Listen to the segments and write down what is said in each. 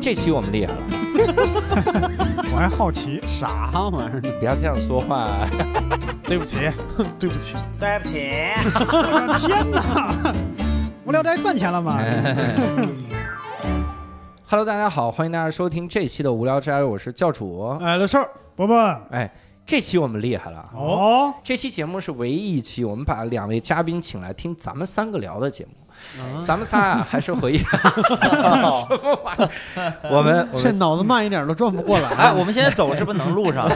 这期我们厉害了，我还好奇，啥玩意儿？你不要这样说话。对不起，对不起，对不起，我的天哪！无聊斋赚钱了吗？ 哎 Hello，大家好，欢迎大家收听这期的无聊斋，我是教主。哎，乐事儿，伯伯，哎，这期我们厉害了啊。哦，这期节目是唯一一期我们把两位嘉宾请来听咱们三个聊的节目。咱们仨啊，还是回忆什么玩意儿？我们我这们脑子慢一点都转不过来。 哎，我们现在走是不是能录 上？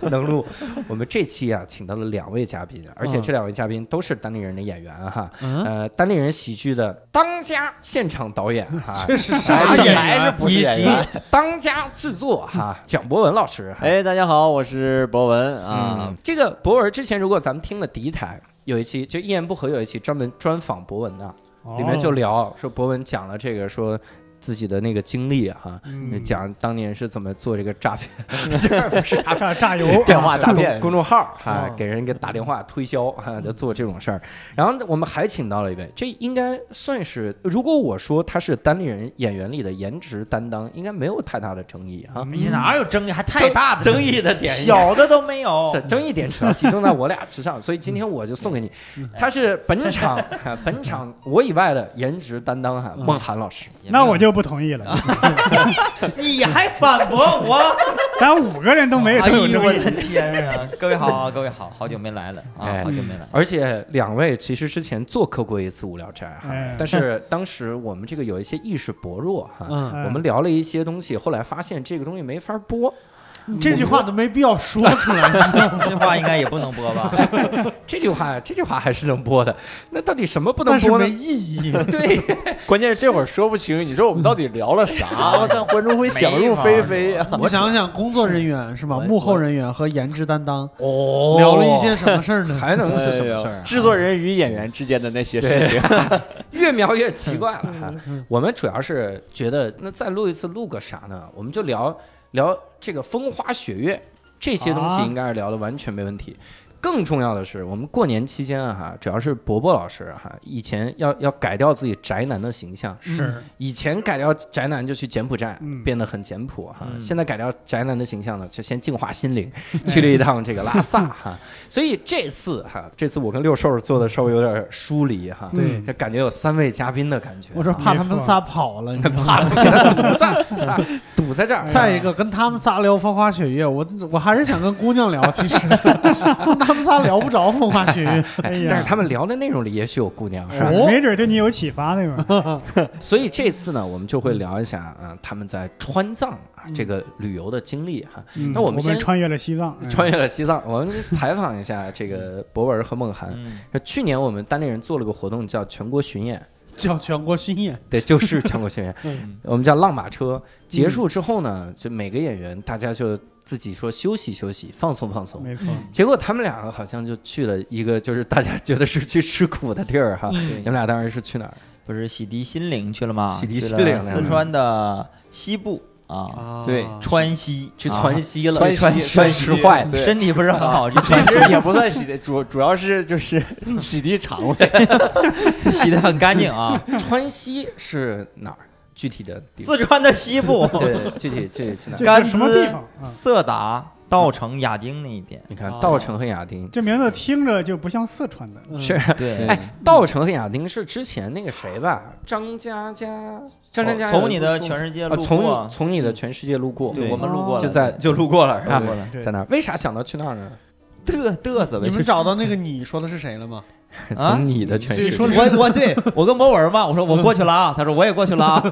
能录。我们这期啊，请到了两位嘉宾，而且这两位嘉宾都是当地人的演员哈。嗯，呃，当地人喜剧的当家现场导演哈，这是还啥是演还是员？不是演员？ 当家制作哈，蒋博文老师。哎，大家好，我是博文啊嗯。，这个博文之前如果咱们听的第一台有一期，就一言不合有一期专门专访博文的，哦里面就聊说博文讲了这个说。自己的那个经历哈、嗯讲当年是怎么做这个诈骗，这不是诈骗，榨榨 油，电话诈骗公众号哈、哦给人给打电话推销哈、就做这种事儿。然后我们还请到了一位，这应该算是，如果我说他是单立人演员里的颜值担当，应该没有太大的争议哈、你哪有争议？还太大的争议的点小的都没哦有是。争议点主要集中在我俩之上，所以今天我就送给你，嗯他是本场 本场我以外的颜值担当嗯哈，孟涵老师。那我就不同意 了。你还反驳 我？咱五个人都没有哎都有呦争我议，的天啊！各位好，各位好，好久没来了哎啊，好久没来。而且两位其实之前做客过一次无聊斋哈哎，但是当时我们这个有一些意识薄弱哈，啊 嗯，哎我们聊了一些东西，后来发现这个东西没法播，这句话都没必要说出来。这句话应该也不能播 吧？这句话这句话还是能播的，那到底什么不能但是播没呢？意义。对，关键是这会儿说不清，你说我们到底聊了 啥？但观众会想入非非啊。你想想，工作人员是吧？我幕后人员和颜值担当哦聊了一些什么事儿呢？还能是什么事哎儿呦啊？制作人与演员之间的那些事 情， 越描越奇怪了哈。 我们主要是觉得，那再录一次录个啥呢？我们就聊聊这个风花雪月这些东西，啊应该是聊的完全没问题。更重要的是，我们过年期间啊，哈，主要是伯伯老师啊哈、以前要要改掉自己宅男的形象，是以前改掉宅男就去柬埔寨，嗯变得很简朴哈、嗯现在改掉宅男的形象呢，就先净化心灵，去了一趟这个拉萨哈、所以这次哈、这次我跟六兽做的稍微有点疏离哈、对这感觉有三位嘉宾的感觉。我说怕他们仨跑了，你知道 吗？怕了，给他 堵在、啊堵在这儿。再一个，跟他们仨聊风花雪月，我我还是想跟姑娘聊，其实 他们仨聊不着风花雪月。哎但是呀，他们聊的内容里也许有姑娘，是吧？哦没准对你有启发那个。所以这次呢，我们就会聊一下啊、他们在川藏啊这个旅游的经历哈、嗯那我我们先穿越了西藏，嗯穿越了西藏，我们采访一下这个博文和梦涵。嗯，呃去年我们单立人做了个活动，叫全国巡演， 叫全国巡演，。对，就是全国巡演 嗯我们叫浪马车。结束之后呢，就每个演员大家就自己说休息休息，放松放松。没错，结果他们两个好像就去了一个，就是大家觉得是去吃苦的地儿哈。对嗯你们俩当时是去哪儿？不是洗涤心灵去了吗？洗涤去心了灵了四川的西部啊，啊 对川西去啊川西了， 川川西川吃坏了。对身体不是很好，去川其西实也不算洗的，主主要是就是洗涤肠胃。洗得很干净啊。川西是哪儿？具体的地方？ 四川的西部，对，具体具体是哪儿？这甘这什么孜地方？嗯啊 色达、稻城、亚丁那一边。你看哦，稻城和亚丁。这名字听着就不像四川的。嗯是，对哎，稻城和亚丁是之前那个谁吧？张嘉佳，张嘉佳有一部书。从你的全世界啊，路从过你，从你的全世界路过，对，对我们路过了，就在就路过了是吧路？过了，对在那儿，为啥想到去那儿 呢？嘚嘚瑟呗你。们找到那个你说的是谁了吗？啊从你的全世这界说，我 我对我跟博文嘛，我说我过去了啊，他说我也过去了啊，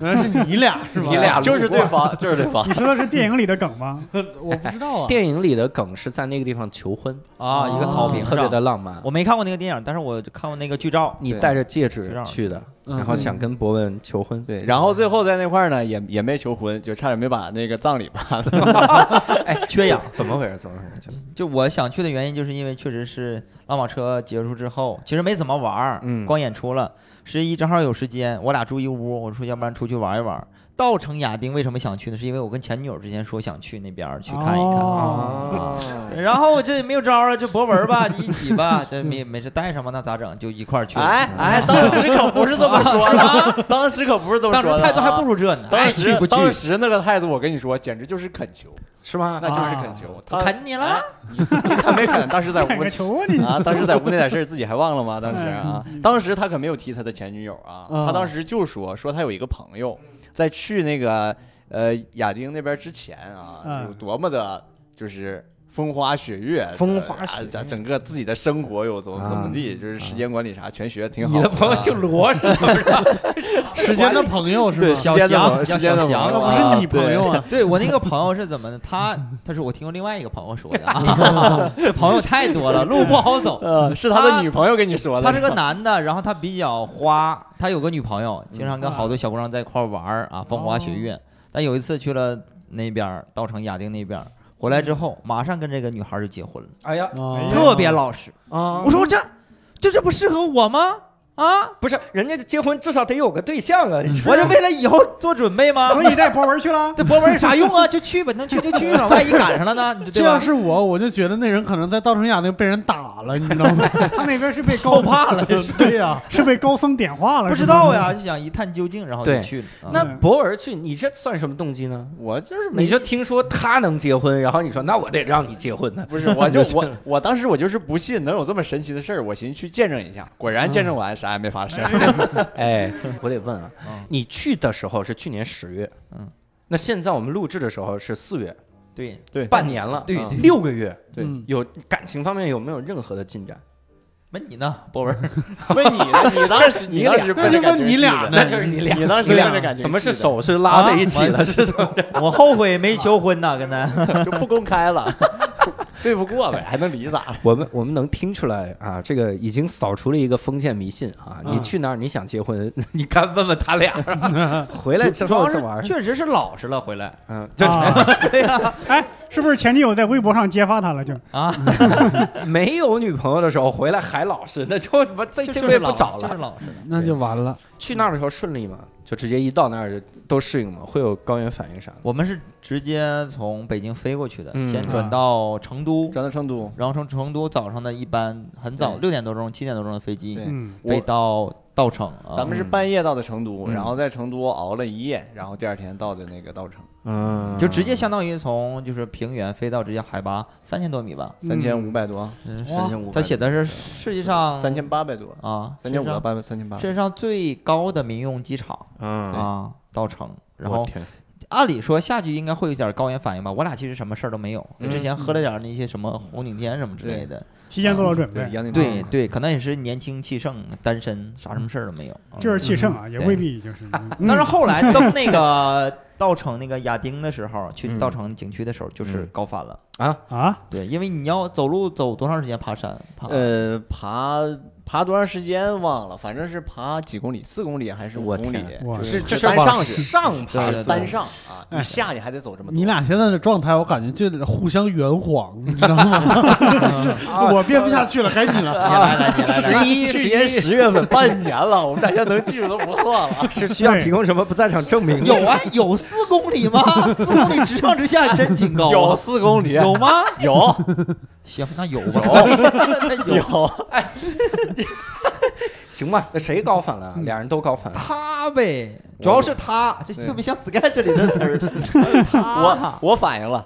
原来是你俩是吧？你俩就是对 方，就是对方。你说的是电影里的梗吗？我不知道啊。电影里的梗是在那个地方求婚， 啊一个草坪特别的上，浪漫。我没看过那个电影，但是我看过那个剧照。你对带着戒知指道去的，嗯然后想跟博文求婚。对，然后最后在那块儿呢，也也没求婚，就差点没把那个葬礼办了。哎缺氧，怎么回事？怎么回事？就我想去的原因，就是因为确实是拉马车结束之后，其实没怎么玩儿，嗯光演出了。十一正好有时间，我俩住一屋，我说要不然出去玩一玩。稻城亚丁为什么想去呢？是因为我跟前女友之前说想去那边儿去看一 看。哦啊然后我这也没有招儿啊，这博文吧，一起 吧，这没没事带上吧，那咋整？就一块儿去了。哎 哎，当时可不是这么说的，当时可不是这么当时说的啊，态度还不如这呢，当爱去时不去，当时那个态度，我跟你说，简直就是恳求，是吗？那就是恳求。他哎啃你啊了。他没啃，当时在砍 屋个球啊你！ 啊，当时在屋那点事儿自己还忘了吗？当时啊嗯嗯，当时他可没有提他的前女友啊，嗯他当时就说说他有一个朋友在去那个呃亚丁那边之前啊，嗯有多么的就是。风花雪月，风花啊雪咱整个自己的生活有怎么怎么地，就是时间管理啥全学得挺好。你的朋友姓罗是怎么着？时间的朋友是对吗？小时间的翔朋友叫时间的小翔朋友那啊不是你朋友啊？对我那个朋友是怎么的？他他说我听过另外一个朋友说的 啊，这朋友太多了，路不好走。 呃，是他的女朋友跟你说的。他是个男的，然后他比较花，他有个女朋友，经常跟嗯好多小姑娘在一块儿玩儿啊，风花雪哦月。但有一次去了那边儿稻城亚丁那边儿，回来之后马上跟这个女孩儿就结婚了，哎呀哦特别老实。啊哦我！说这这这不适合我吗？啊，不是，人家结婚至少得有个对象啊！我这为了以后做准备吗？ 所以带博文去了。这博文有啥用啊？就去吧，能去就去 了，万一赶上了呢？你这对要吧？是我，我就觉得那人可能在稻城亚丁被人打了，你知道吗？ 他那边是被高 后怕了，这是对呀，是被高僧点化了，不知是吗 道。呀，就想一探究竟，然后就对去了。啊那博文去，你这算什么动机呢？我就是没你就听说他能结婚，然后你说那我得让你结婚呢？不是，我就我我当时我就是不信能有这么神奇的事儿，我寻思去见证一下，果然见证完啥也没发生。哎， 我得问啊嗯，你去的时候是去年十月，嗯，那现在我们录制的时候是四月，对对，半年了，对嗯对，六个月，对嗯有感情方面有没有任何的进展？问你呢，博文， 问你呢，你当时你当时那就问你俩呢呢，那就是你俩你当时你俩奔着感觉怎么是去的手是拉在一起啊了？是怎么着？我后悔没求婚呐，刚才就不公开了？ 对不过呗，还能 离咋的？ 我们我们能听出来啊，这个已经扫除了一个封建迷信啊！嗯你去那儿你想结婚， 你干问问他俩， 回来之主后要这是玩意儿，确实是老实了，回来嗯，就 啊， 哎，是不是前女友在微博上揭发他了？就啊，没有女朋友的时候回来还老实， 那就他妈这就这就辈是子不老找就是了。老实了。那就完了。去那儿的时候顺利吗？就直接一到那儿就都适应吗？会有高原反应啥的？我们是直接从北京飞过去的，嗯先转到成都，转到成都，然后从成都早上的一班很早对六点多钟、七点多钟的飞机对嗯，飞我到稻城啊。咱们是嗯半夜到的成都，嗯然后在成都熬了一夜，然后第二天到的那个稻城，嗯就直接相当于从就是平原飞到直接海拔三千多米吧，三千五百多，嗯三千五百他写的是世界上三千八百多，啊，三千五世界到上八百，三千八。世界上最高的民用机场嗯，啊，稻城。然我后天按理说下去应该会有点高原反应吧，我俩其实什么事儿都没有，嗯之前喝了点那些什么红景天什么之类的。提前做好准对嗯备，杨顶对啊对，可能也是年轻气盛，单身，啥什么事儿都没有。嗯就是气盛啊，也未必就是。 嗯但是后 来到那个稻城那个亚丁的时候，去嗯稻城景区的时候，就是嗯高反了。啊，对，因为你要走路走多长时间爬山？爬呃，爬爬多长时间忘了，反正是爬几公里，四公里还是五我公里天，哇就是这是单往上去，上爬爬对对单上啊，哎你下去还得走这么多。你俩现在的状态，我感觉就互相圆谎，你知 道吗？ 啊我编不下去了，该你了。你来来你来来，十一去十年一十月份，半年了，我们大家能记住都不错了。是需要提供什么不在场证明？有啊，有四公里吗？四公里直上直下真挺高啊，有四公里，有吗？有 行，那有吧， 有有。有，行吧？那谁高反了？俩人都高 反了。他呗，主要是他，这特别像 sketch 里的词儿。我他，我反应了。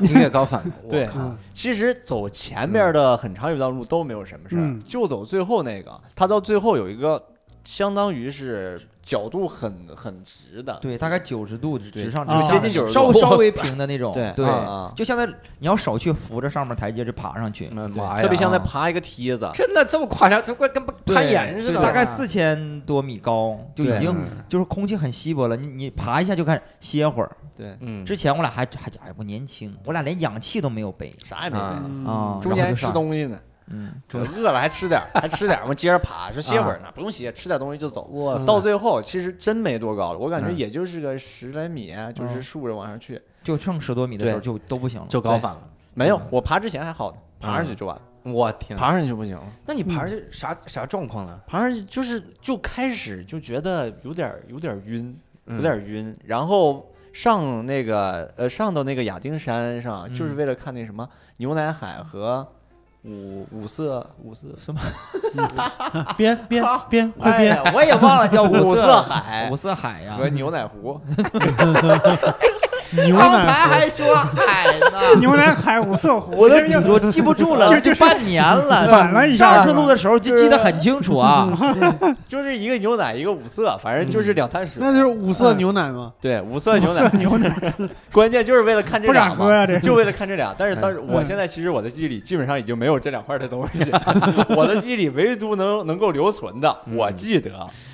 你也高 反了？我对嗯 靠其实走前边的很长一段路都没有什么事儿，嗯就走最后那个，他到最后有一个相当于是角度很很直的， 对，大概九十度直直上直啊下接的，近90稍度稍微平的那种。对对啊啊，就像在你要手去扶着上面台阶就爬上去，嗯对妈呀！特别像在啊爬一个梯子。真的这么夸张，都快跟攀岩似对的。嗯大概四千多米高，就已对经就是空气很稀薄了。你你爬一下就开始歇会儿。对，嗯，之前我俩还还哎我年轻，我俩连氧气都没有背啥也没啊嗯干，啊，中然后间就吃上东西呢。嗯，就饿了还吃点儿，还吃点儿，我们接着爬，说歇会儿呢，不用歇，吃点东西就走。到最后其实真没多高了，我感觉嗯也就是个十来米，啊就是竖着往上去。就剩十多米的时候对就都不行了，就高反了。没有，我爬之前还好呢，爬上去就完了。我天，嗯啊爬上去就不行了，那你爬上去啥啥状况呢？爬上去就是就开始就觉得有点儿有点儿晕，嗯有点儿晕，然后上那个呃上到那个亚丁山上，就是嗯为了看那什么牛奶海和五五色五色 编编编会哎编，呀，我也忘了叫五色色海五色海呀和。牛奶湖，牛刚才奶还说海呢，牛奶海五色湖，我都这记又住记不住就了，就这是半年反了。了一下上是吧。次录的时候就记得很清楚啊， 就是一个牛奶一个五色，反正就是两滩水那。就是五色牛奶嘛。？对，五色牛奶，嗯牛奶 关键就是为了看这不俩敢喝嘛，呀，这就为了看这俩。但是当时嗯我现在其实我的记忆里基本上已经没有这两块的东西，我的记忆里唯独能能够留存的，我记得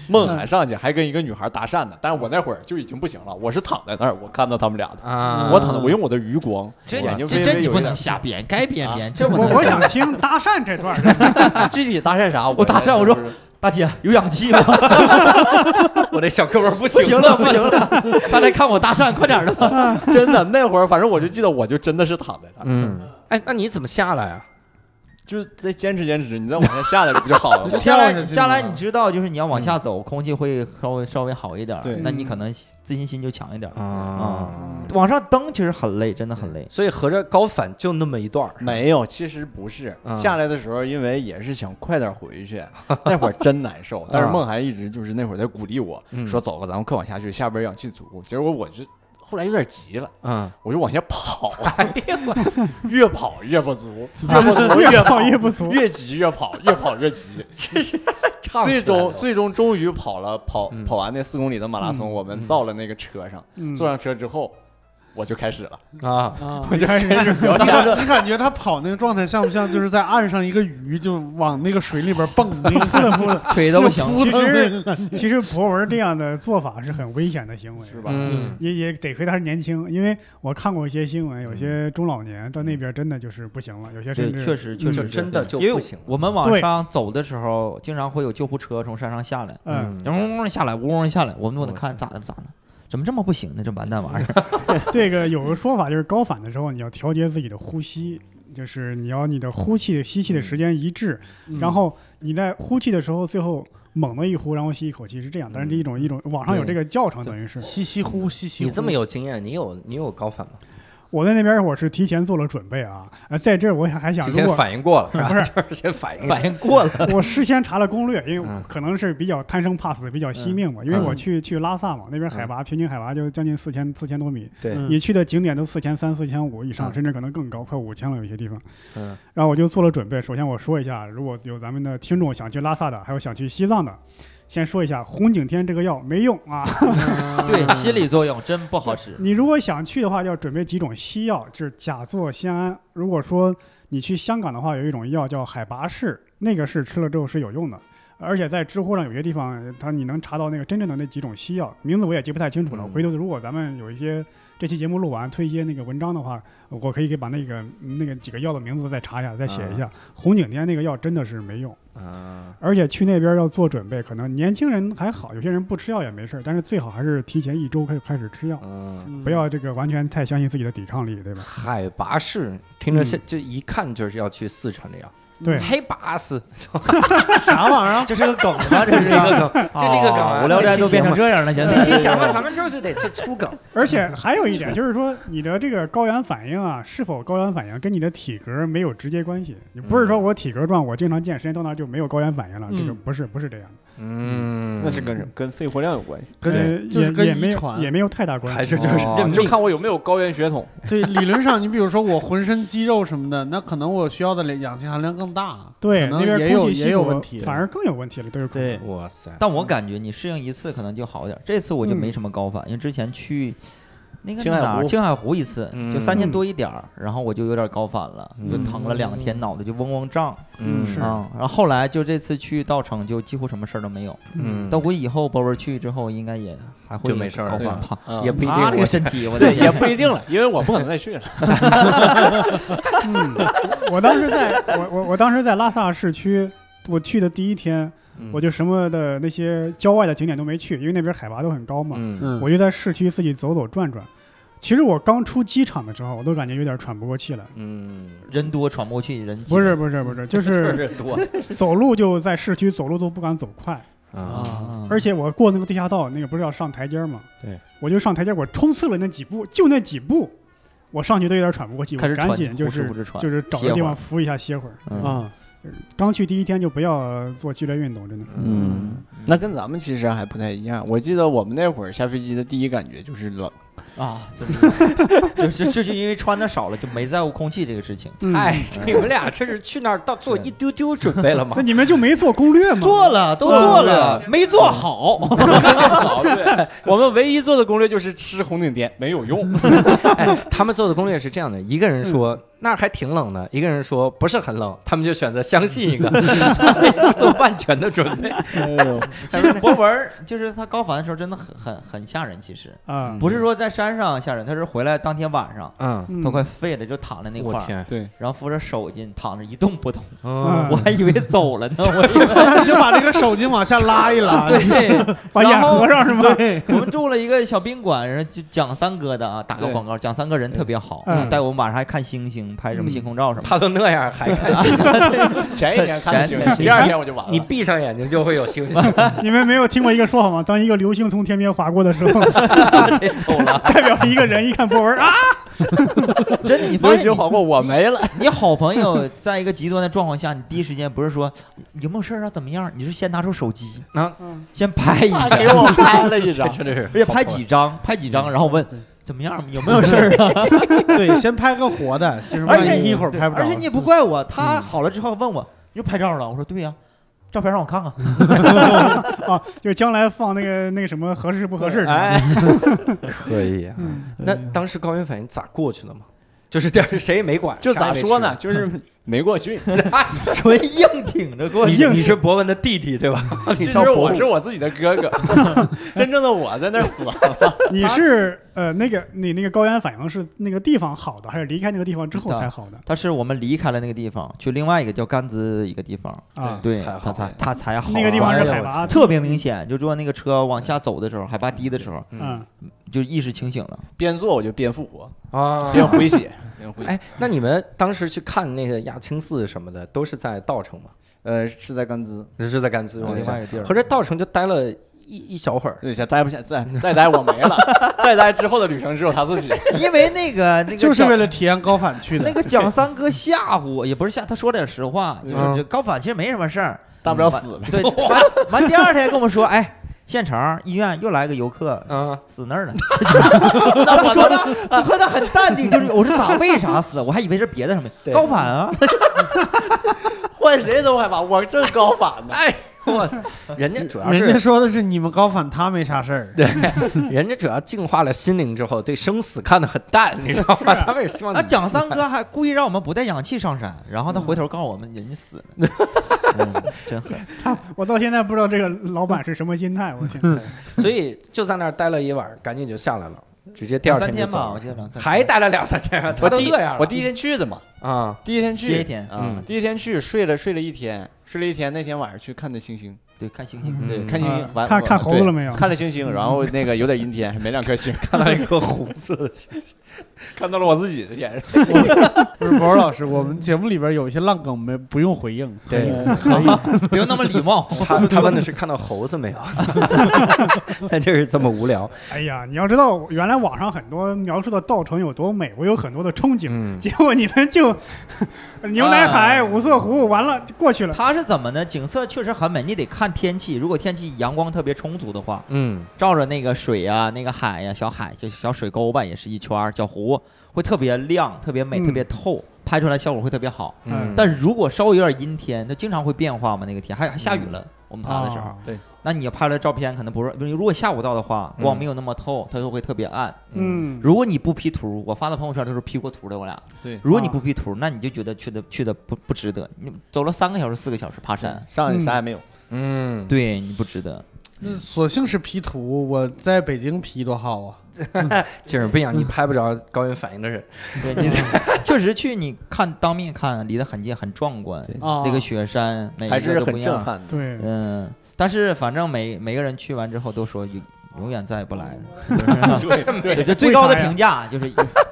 孟涵上去还跟一个女孩搭讪呢，但是我那会儿就已经不行了，我是躺在那儿，我看到他们俩的，啊，我躺在我用我的余光，这眼睛这微这微你有不一能点瞎编，该编啊编，这不我能。 我想听搭讪这段儿， 具体搭讪啥，我搭讪我说不知道大姐有氧气吗？ 我这小胳膊不不行行了，不行了， 他来看我搭讪，快点儿的。 真的那会儿，反正我就记得我就真的是躺在那儿，嗯，哎，那你怎么下来啊？就是再坚持坚持，你再往下下来不就好了 吗下跳下来去下来，嘛你知道，就是你要往下走，空气会稍微稍微好一点儿，对那你嗯可能自信心就强一点儿。啊往上蹬其实很累，真的很累。所以合着高反就那么一段儿，没有，其实不是。嗯下来的时候，因为也是想快点回去， 那会儿真难 受。但是梦涵一直就是那会儿在鼓励我、嗯说：“走吧，咱们快往下去，下边氧气足。”结果我就后来有点急了，嗯，我就往下跑， 越跑越不足，越不 足 越越跑跑越不足。越急越跑，越跑越 急。这是唱最出来终了最终终于跑了跑、嗯跑完那四公里的马拉松，我们到了那个车上，嗯 坐上车之后。我就开始了，啊，啊，我就开 始你感你感觉他跑那个状态像不像就是在岸上一个鱼就往那个水里边蹦，那个扑啊棱扑棱 腿都不行了，其 实其实博文这样的做法是很危险的行为，是吧嗯，也也得亏他是年轻，因为我看过一些新闻，有些中老年到那边真的就是不行了，有些对甚，至确实嗯确就实真的就因不为行了。我们往对上走的时候，经常会有救护车从山上下来，嗯，嗯嗡嗡下来，嗡嗡下来，我们都得看咋的咋的，怎么这么不行呢？这完蛋玩意儿， 这个有个说法就是高反的时候你要调节自己的呼吸，就是你要你的呼气吸气的时间一致，嗯然后你在呼气的时候最后猛的一呼，然后吸一口气是嗯这样，但是这一种一种网上有这个教程，等于是吸吸呼吸吸呼。你这么有经验，你有你有高反吗？我在那边我是提前做了准备啊，呃，在这儿我还想提如前果。反应过了是吧？ 不是 就是先反应一下反应过了。我事先查了攻略，因为嗯可能是比较贪生怕死、比较惜命嘛。因为我去去拉萨嘛，那边嗯海拔平均海拔就将近四千四千多米，对嗯你去的景点都四千三、四千五以上，嗯甚至可能更高，快五千了，有些地方。 嗯然后我就做了准备。首先我说一下，如果有咱们的听众想去拉萨的，还有想去西藏的，先说一下红景天这个药没用啊。对，心理作用真不好使。你如果想去的话，要准备几种西药，就是甲唑、酰胺。如果说你去香港的话，有一种药叫海拔士，那个是吃了之后是有用的。而且在知乎上有些地方，呃它你能查到那个真正的那几种西药，名字我也记不太清楚了。嗯回头如果咱们有一些这期节目录完推一些那个文章的话，我可以给把那个嗯那个几个药的名字再查一下，再写一下。红景天那个药真的是没用。啊，而且去那边要做准备，可能年轻人还好，有些人不吃药也没事儿，但是最好还是提前一周开开始吃药，嗯，不要这个完全太相信自己的抵抗力，对吧？海拔市听着嗯像就一看就是要去四川这样，对，黑拔 斯，啥玩意儿啊？这是个梗吗？这这是是一一个个梗。哦梗， 这是一个梗啊，无聊斋都变成这这样了，现在这期节目咱们就是得去出梗，而且还有一点就是说，你的这个高原反应啊，是否高原反应跟你的体格没有直接关系。你不是说我体格壮，我经常健身到那儿就没有高原反应了，嗯这个不是不是这样的， 嗯 那是跟什么跟肺活量有关系，跟呃就是也跟也没遗有传也没有太大关系，还是就是哦认就命看我有没有高原血统。对，理论上你比如说我浑身肌肉什么的，那可能我需要的氧气含量更大。对可能那边也空有气也稀有薄问题。反而更有问题了，都有可能。对，哇塞，但我感觉你适应一次可能就好点儿，这次我就嗯没什么高反，因为之前去那个青海哪儿湖青海湖一次，就嗯三千多一点儿，然后我就有点高反了，就疼了两天，嗯脑袋就嗡嗡胀嗯是啊。然后后来就这次去稻城，就几乎什么事儿都没有。嗯，但我以后波波去之后，应该也还会就没事儿高了反吧？啊也不一定他这我个身体，我的对，也天不一定了，因为我不可能再去了。嗯， 我当时在我我我当时在拉萨市区，我去的第一天，嗯我就什么的那些郊外的景点都没去，因为那边海拔都很高嘛。嗯嗯，我就在市区自己走走转转，其实我刚出机场的时候，我都感觉有点喘不过气来。嗯，人多喘不过气，人挤不是不是不是， 就是人多走路就在市区走路都不敢走快，啊，啊，而且我过那个地下道，那个不是要上台阶吗？对，我就上台阶，我冲刺了那几步，就那几步，我上去都有点喘不过气，开我始赶喘，紧就呼哧是呼哧喘，就是找歇个地会儿方扶一下歇会儿。嗯啊，刚去第一天就不要做剧烈运动，真的。嗯，那跟咱们其实还不太一样。我记得我们那会儿下飞机的第一感觉就是 冷，啊， 就就就就因为穿的少了，就没在乎空气这个事情。嗯哎，你们俩这是去那儿到做一丢丢准备了吗 那？你们就没做攻略吗？ 做了，嗯都做了，没做好。 我们唯一做的攻略就是吃红顶店，没有 用。 他们做的攻略是这样的：一个人说那儿还挺冷的，一个人说不是很冷， 他们就选择相信一个， 做万全的准备。哎其实博文儿 就是他高反的时候真的很很很吓人，其实嗯啊，不是说在山上吓人，他是回来当天晚上嗯，嗯都快废了，就躺在那块我儿，天，对，然后扶着手巾躺着一动不动，嗯嗯 我还以为走了呢，我以为 你就把这个手巾往下拉一拉，对，啊 把眼然后合上是吗？对，我们住了一个小宾馆，然后就蒋三哥的啊，打个对广告，蒋三哥人特别好，嗯带我们晚上还看星星，拍什么星空照什么的。他都那样还看星星， 前一天看的前星一星，天第二天我就完了。你闭上眼睛就会有星星。 你们没有听过一个说法吗？当一个流星从天边划过的时候， 谁走了？代表一个人一看波纹啊，真的，你发流现星划过，我没了。你好朋友在一个极端的状况下，你第一时间不是说有没有事儿啊，怎么样？你是先拿出手机，啊先拍一张， 给我拍了一 张，真的是，而且拍几张，拍几张，然后问怎么样，有没有事儿啊？对，先拍个活的，就是而万且一一会儿拍不着，而且你也不嗯怪我，他好了之后问我，你就拍照了？我说对呀、照片让我看 看。啊，就是将来放那个那个什么合适不合适是吧？哎，可以。嗯 那当时高原反应咋过去的吗？就是第二天谁也没管，就啥也咋没说吃呢，？ 就是没过 去。纯硬挺着过你去。你是博文的弟弟对吧？你其叫实博我文是我自己的哥 哥，真正的我在那儿死了。你是呃那个你那个高原反应是那个地方好的，还是离开那个地方之后才好的他是我们离开了那个地方，去另外一个叫甘孜一个地方，啊？对才他好才他才好玩儿。那个地方是海拔特别明显，就坐那个车往下走的时候，海拔低的时候，嗯，就意识清醒了。 边做我就边复活，啊，边回血，边回血。 哎，那你们当时去看那个亚青寺什么的，都是在稻城吗？呃，是在甘孜，是在甘孜对吗？另外一个地儿合着稻城就待了一一小会儿。对，再待不下，再再待我没 了，再待之后的旅程只有他自己。 因为那 个那个就是蒋为了体验高反去那的。个蒋三哥吓唬我，也不是吓，他说点实话，就是嗯这高反其实没什么事儿，大不了死呗。对，完完第二天跟我说，哎，县城医院又来个游客啊，死那 儿了。他说的，我说的很淡定，就是我说咋为啥死？我还以为是别的什么对高反啊。 换谁都害怕，我正高反呢。哎，哇塞，人家主要嗯人家是说的是你们高反，他没啥事儿。人家主要净化了心灵之后，对生死看得很淡，你知道吗？他们也希望啊，你蒋三哥还故意让我们不带氧气上山，然后他回头告诉我们人家死 了，嗯真狠。我到现在不知道这个老板是什么心态，我天， 嗯所以就在那儿待了一晚，赶紧就下来了，直接第二两三就天吧，走我了记。得两三天还待了两三天，他都第一这样了 我第一天去的嘛，啊，第一天歇一去，天，啊嗯，第一天去睡了睡了一天，睡了一天。那天晚上去看的星星，对，看星 星。对，嗯看星星啊，完看看猴子了对没有？看了星星，然后那个有点 阴天，还没两颗星，看到一颗红色的， 看到了我自己的眼神。不是博老师，我们节目里边有一些烂梗没不用回应， 对可以，不用那么礼 貌。他他问的是看到猴子没有， 那就是这么无聊。 哎呀，你要知道，原来网上很多描述的稻城有多美，我有很多的憧憬，嗯，结果你们就牛奶啊海、五色湖完了就过去了。它是怎么呢？景色确实很美，你得看天气。如果天气阳光特别充足的话，嗯，照着那个水呀、那个海呀、小海就小水沟吧，也是一圈儿，小湖会特别亮、特别美、嗯特别透，拍出来效果会特别好。嗯但如果稍微有点阴天，它经常会变化嘛，那个天还还下雨了。我们爬的时候，啊那你拍了照片可能不是，比如如果下午到的话，嗯光没有那么透，它就会特别暗。嗯，如果你不 P 图，我发到朋友圈都是 P 过图的，我俩。对如果你啊不 P 图，那你就觉得去的去的不不值得。你走了三个小时、四个小时爬山，上去啥也没有。嗯，对你不值得。 嗯 索性是 P 图，我在北京 P 多好啊！景儿不一样，你拍不着高原反应的人。对你确实去你看当面看，离得很近，很壮观。啊，那个雪山每一还个是都不很一震嗯样。撼的。对，嗯，但是反正每每个人去完之后都说有永远再也不来了。 对对对，这最高的评价就是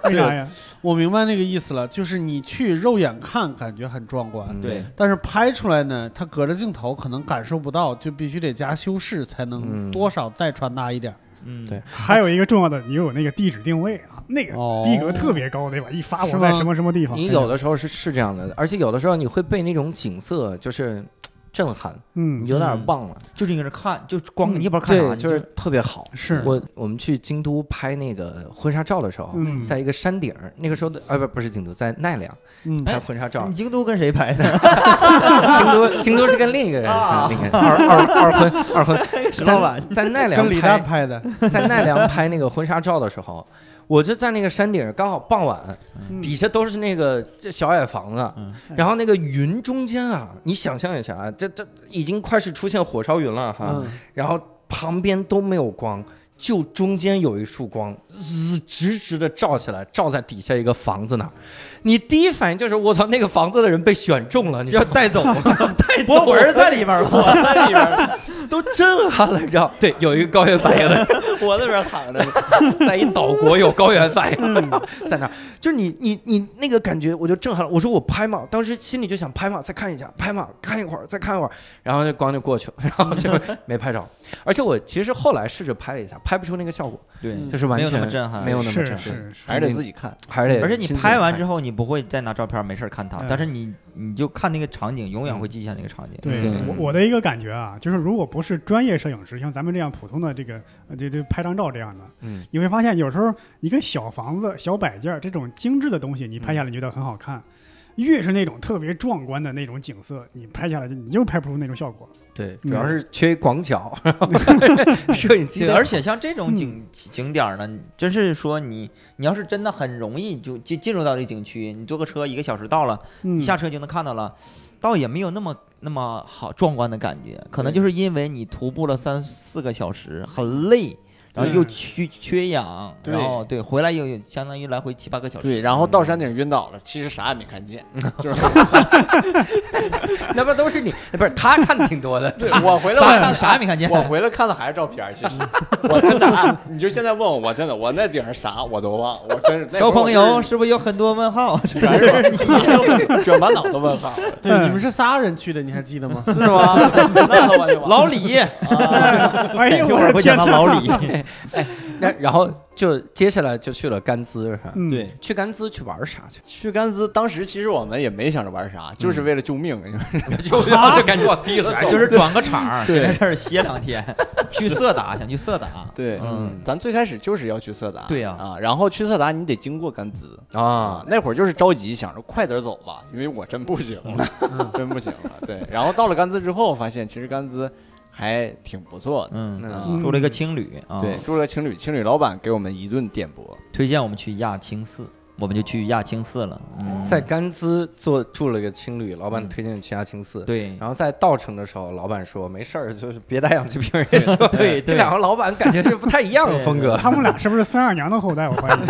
为啥呀？我明白那个意思了，就是你去肉眼看感觉很壮观，嗯对，但是拍出来呢，它隔着镜头可能感受不到，就必须得加修饰才能嗯多少再传达一点。嗯对还有一个重要的，你有那个地址定位啊，那个哦逼格特别高，对吧？一发是我吗在什么什么地方，你有的时候是是这样的，而且有的时候你会被那种景色就是嘖震撼，嗯你有点忘了，就是你搁那看，就光嗯你也不知道看啥，对，你就是特别好。是我我们去京都拍那个婚纱照的时候，嗯在一个山顶儿，那个时候的啊不不是京都，在奈良嗯，拍婚纱照你，京都跟谁拍 的？京都京都是跟另一个人啊那个二二二婚二婚，石老板，在奈良跟李诞拍拍的， 在奈良拍那个婚纱照的时候，我就在那个山顶儿，刚好傍晚，嗯底下都是那个这小矮房子，嗯然后那个云中间啊，你想象一下啊，这这已经快是出现火烧云了哈，嗯，然后旁边都没有光，就中间有一束光，滋直直的照起来，照在底下一个房子那儿。你第一反应就是我操，那个房子的人被选中了，你知要道 带走，太逗博了文在里边儿吧？我在里边， 都震撼了，你知道？对，有一个高原反应的人我在里边躺着， 在一岛国有高原反应，嗯 在那儿，就是你你你那个感觉，我就震撼了。我说我拍嘛，当时心里就想拍嘛，再看一下，拍嘛，看一会儿，再看一会儿，然后那光就过去了，然后 就没拍着。而且我其实后来试着拍了一下，拍不出那个效果，对嗯就是完没有全那么震撼没有那么震是撼，是是， 还是得自己看。还是得。而且你拍完后，之后，你不会再拿照片没事儿看它，嗯但是你你就看那个场景，永远会记下那个场景。对嗯我我的一个感觉啊，就是如果不是专业摄影师，像咱们这样普通的这个呃这这拍张照这样的，嗯，你会发现有时候一个小房子、小摆件儿这种精致的东西，你拍下来你觉得很好看，越是那种特别壮观的那种景色，你拍下来就你就拍不出那种效果。对，嗯主要是缺一广 角，摄影机对，的，而且像这嗯种景景点儿呢，你真是说你你要是真的很容易就进进入到这景区，你坐个车一个小时到了，嗯，你下车就能看到了，倒也没有那么那么好壮观的感觉，可能对就是因为你徒步了三四个小时，很累。然后对又缺缺氧，对然后对回来又有相当于来回七八个小时，对，然后到山顶晕倒了，其实啥也没看见，就是吧那不都是你，不是他看的挺多的，对我回来 我啥看啥也没看见。我回来看的还是照片儿， 其实我真的啊，你就现在问我，我真的我那顶上啥我都忘，我真是那小会儿我朋友就是不是有很多问号？是全是你，就满脑子问号，对，你们是仨人去的，你还记 得吗？是吗？那都我就忘了老李，哎 呦，一我会儿的会天讲哪！到老李。那然后就接下来就去了甘孜，是吧嗯，对，去甘孜去玩啥去？ 去甘孜，当时其实我们也没想着玩啥，就是为了救命，你说就 就感觉往低了哎走，就是转个场儿，对在这儿歇两天，去色达，想去色达。对嗯，咱最开始就是要去色达，对呀啊，然后去色达你得经过甘孜啊，，那会儿就是着急，想着快点走吧，因为我真不行了，真不行了。对，然后到了甘孜之后，发现其实甘孜还挺不错的，嗯，嗯住了一个青旅啊，对，，住了情侣，情侣老板给我们一顿点拨，推荐我们去亚青寺，我们就去亚青寺了。嗯，在甘孜做住了一个青旅，老板推荐去阿青寺。对然后在稻城的时候，老板说没事儿，就是别带氧气瓶也行。对这两个老板感觉是不太一样的风格。 他们俩是不是孙二娘的后代？我怀疑，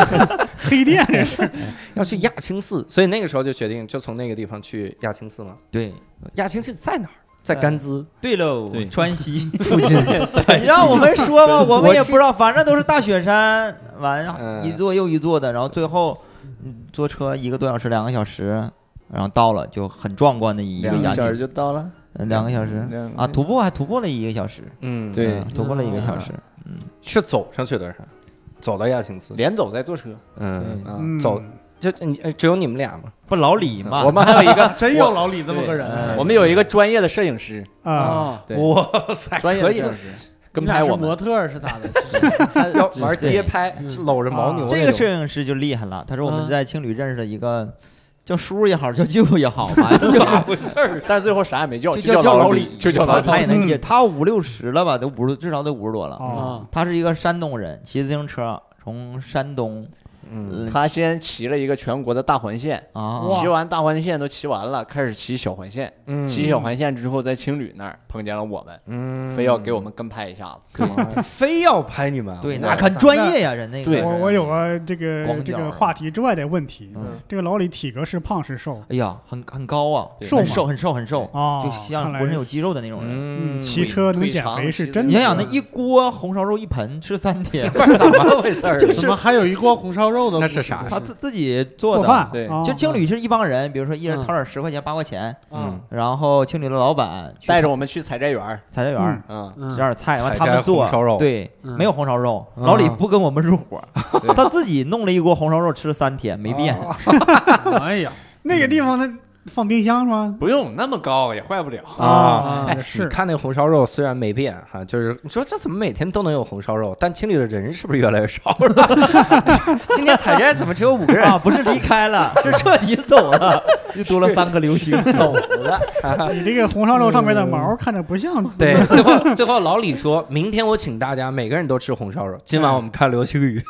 黑店这是。要去亚青寺，所以那个时候就决定就从那个地方去亚青寺嘛。对亚青寺在哪儿？在甘孜。对喽对，川西，附近 你让我们说吧，我我们也这不知道，反正都是大雪山，完嗯一座又一座的，然后最后嗯坐车一个多小时，两个小时。然后到了就很壮观的一个两亚个小青时就寺，到了。呃两个小时两个啊，徒步还徒步了一个小时，嗯，对啊嗯徒步了一个小时，嗯，是走上去的是吧，走到亚青寺。连走带坐车嗯，啊，嗯，走就你呃只有你们俩吗？不老李嘛，嗯我们还有一个，真有老李这么个对人，我们有一个专业的摄影师，哦啊，对哇塞，专业哎可的以摄影师跟你俩拍是我 模们，特儿是咋的？要玩街拍，对是搂着牦牛那种啊这个摄影师就厉害了，他说我们嗯在青旅认识的一个叫叔也好，叫舅也好， 反正就咋回事儿？但是最后啥也没叫，就叫叫老李，就叫老李。他也嗯能接，他五六十了吧，都嗯五十，至少得五十多了。哦，啊，他是一个山东人，骑自行车从山东呃嗯，他先骑了一个全国的大环线，啊哇骑完大环线都骑完了，开始骑小环线。嗯骑小环线之后，在青旅那儿碰见了我们，嗯，非要给我们跟拍一下子。啊非要拍你们，啊对，我那很专业呀，人那个对是我我有个这个光这脚个儿话题之外的问题，嗯这个老李体格是胖是瘦哎呀，很很高啊，对瘦很嘛瘦很瘦很瘦，啊？就像看来浑身有肌肉的那种人。嗯，，嗯，骑腿车能腿减长肥是骑真的。着你想想，那一锅红烧肉一盆吃三 天 怎么回事儿？啊就是怎么还有一锅红烧肉的？那是啥他自自己做做的。饭，对啊就青旅是一帮人，比如说一人掏嗯点十块钱八块钱，啊嗯然后青旅的老板去 带着我们去采摘园儿，采摘园儿嗯，嗯吃点菜，完采他摘们做红烧肉对，嗯没有红烧肉，嗯老李不跟我们入伙 对，他自己弄了一锅红烧肉吃了三天没变，啊哎呀，那个地方那放冰箱是吗？哦不用那么高，也坏不了。啊，哎，是你看那红烧肉虽然没变哈，就是你说这怎么每天都能有红烧肉，但青旅的人是不是越来越少了？ 今天采摘怎么只有五个人？啊，不是离开 了，是彻底走 了，又多了三个流星走了。你这个红烧肉上面的毛看着不像。 对，最后最后老李说明天我请大家每个人都吃红烧肉，今晚我们看流星 雨，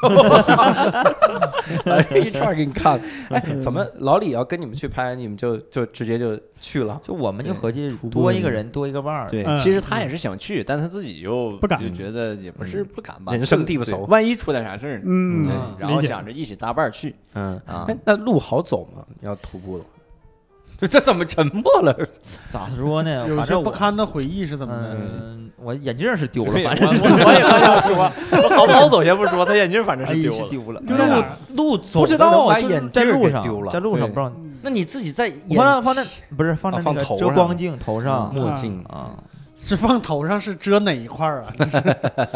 一串给你看。哎，怎么老李要跟你们去拍，你们就就直接就去了？ 就我们就合计对多一个人多一个伴儿，对嗯，其实他也是想去，但他自己又不敢就觉得也不是不敢吧，人生地不熟对万一出点啥事儿呢？嗯对嗯，然后理解想着一起搭伴儿去嗯， 啊哎，，那路好走吗？你要徒步的话， 这怎么沉默了？咋说呢？ 有反些正不我堪的回忆是怎么的？嗯，我眼镜是丢了，对我反正我我也刚想说，我好不好走先不说，他眼镜反正是哎丢是丢了。了，丢到哪儿？路走不知道，啊把就是眼在镜路给上丢了，在路上不对知道。那你自己在我眼放在放在不是放在啊那放个头遮上光镜头上嗯墨镜，啊， 是放头上是遮哪一块儿啊？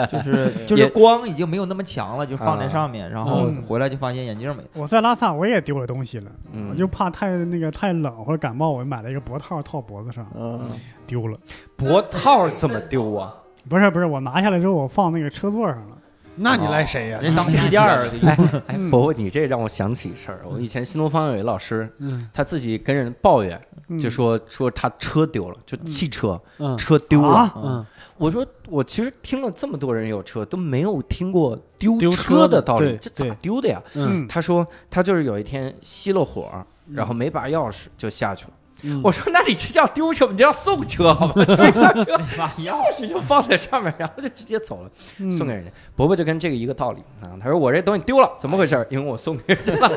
就是就是也光已经没有那么强了，就放在啊上面，然后嗯回来就发现眼镜没。我在拉萨我也丢了东西了，嗯我就怕太那个太冷或者感冒，我买了一个脖套套脖子上，嗯，丢了。脖套怎么丢啊？不是不是，我拿下来之后我放那个车座上了。那你赖谁呀？人当气垫儿， 哎嗯，伯伯，你这让我想起一事儿。我以前新东方有一老师，嗯他自己跟人抱怨，嗯就说说他车丢了，就汽车嗯车丢了。啊嗯，我说我其实听了这么多人有车，都没有听过丢丢车车的的道理对，这咋对丢的呀？嗯嗯他说他就是有一天熄了火，然后没拔钥匙就下去了。嗯我说那你这叫丢车吗？你这叫送车好吗？就是把车把钥匙就放在上面，然后就直接走了，嗯送给人家。伯伯就跟这个一个道理啊，他说我这东西丢了，怎么回事儿？因为我送给人家了，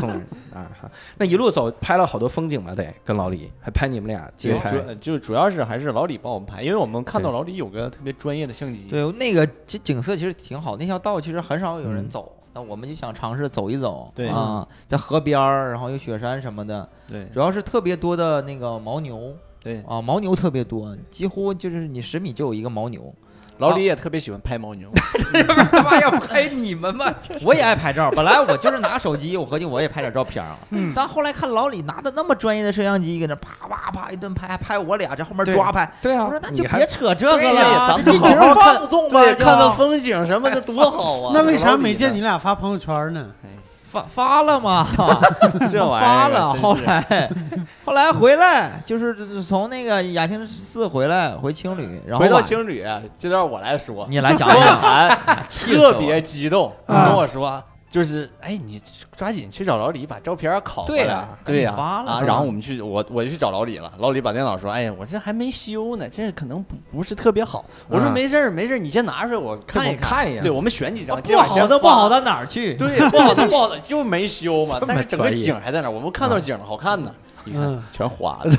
送人啊。哈那一路走拍了好多风景嘛，得跟老李还拍你们俩街对，拍。主就主要是还是老李帮我们拍，因为我们看到老李有个特别专业的相机，对，那个其景色其实挺好，那条道其实很少有人嗯走，那我们就想尝试走一走，对啊，在河边儿，然后有雪山什么的，对主要是特别多的那个牦牛对，啊，牦牛特别多，几乎就是你十米就有一个牦牛，老李也特别喜欢拍牦牛，这不是他妈要拍你们吗？我也爱拍照，本来我就是拿手机，我合计我也拍点照片儿啊。嗯但后来看老李拿的那么专业的摄像机，搁那啪啪啪一顿拍，还拍我俩这后面对抓拍。 对啊我说那，你就还别扯这个对呀了，咱们这尽情好好看放纵吧，对，就看看风景什么的多好啊。那为啥没见你俩发朋友圈呢？发发了 嘛，这玩意发儿了。真是后来后来回来就是从那个雅青寺回来回青旅，然后回到晚青旅，这段我来说，你来讲 哎汪讲，涵死我特别激动，啊跟我说。就是，哎，你抓紧去找老李把照片儿拷回对来啊，对呀、赶紧扒了啊，然后我们去，我我就去找老李了。老李把电脑说，哎呀，我这还没修呢，这可能不不是特别好。我说啊没事儿，没事儿，你先拿出来我看一我看一眼对，我们选几张，今不晚先好啊的不发好，到哪儿去？对，不好 的不好的，就没修嘛这。么但是整个专业景还在那儿，我们看到景了，好看呢。你看嗯，全花 了，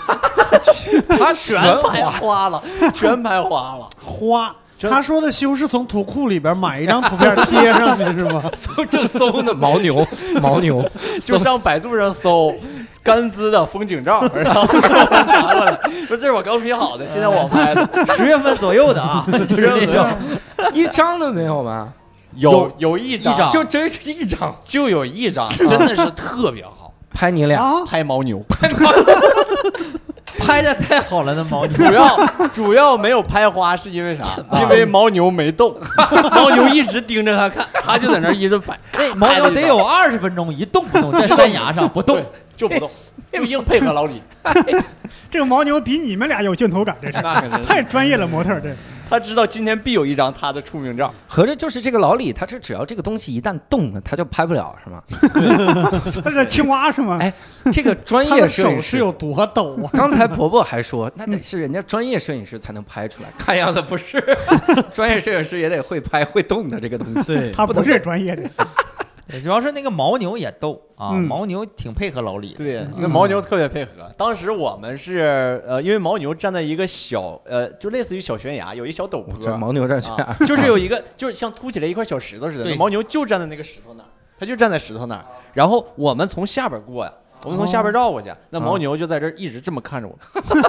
他全全？拍花了，全拍花了。花，这他说的修是从图库里边买一张图片贴上去是吗搜就搜呢，牦牛，牦牛，就上百度上搜甘孜的风景照，然后拿过来说这是我刚批好的，现在我拍的，十月份左右的啊， 就是那种一张都没有吗？有有一一张张就 真是一张，就有一张，真的是特别好，拍你俩，啊，拍牦牛，拍的太好了，那牦牛主要主要没有拍花是因为啥？ 因为牦牛没动， 牦牛一直盯着他看，他就在那儿一直摆，那牦牛得有二十分钟一动不动在山崖上不动对。，就不动， 就硬配合老李，这个牦牛比你们俩有镜头感，这是 那可真是太专业了，模特儿这他知道今天必有一张他的出名照。合着就是这个老李，他是只要这个东西一旦动了，他就拍不了，是吗？他是青蛙是吗？哎这个专他业的摄手影是师，有多抖 啊！刚才婆婆还说，那得是人家专业摄影师才能拍出来，看样子不是，专业摄影师也得会拍会动的这个东西。对，他不是专业的，对主要是那个牦牛也逗啊，嗯牦牛挺配合老李的。对，那牦牛特别配合。嗯当时我们是呃，因为牦牛站在一个小呃，就类似于小悬崖，有一小陡我坡这，牦牛战犬， 啊、就是有一个，就是像凸起来一块小石头似的，对牦牛就站在那个石头那儿，它就站在石头那儿。然后我们从下边过呀，我们从下边绕过去，那牦牛就在这儿一直这么看着我们，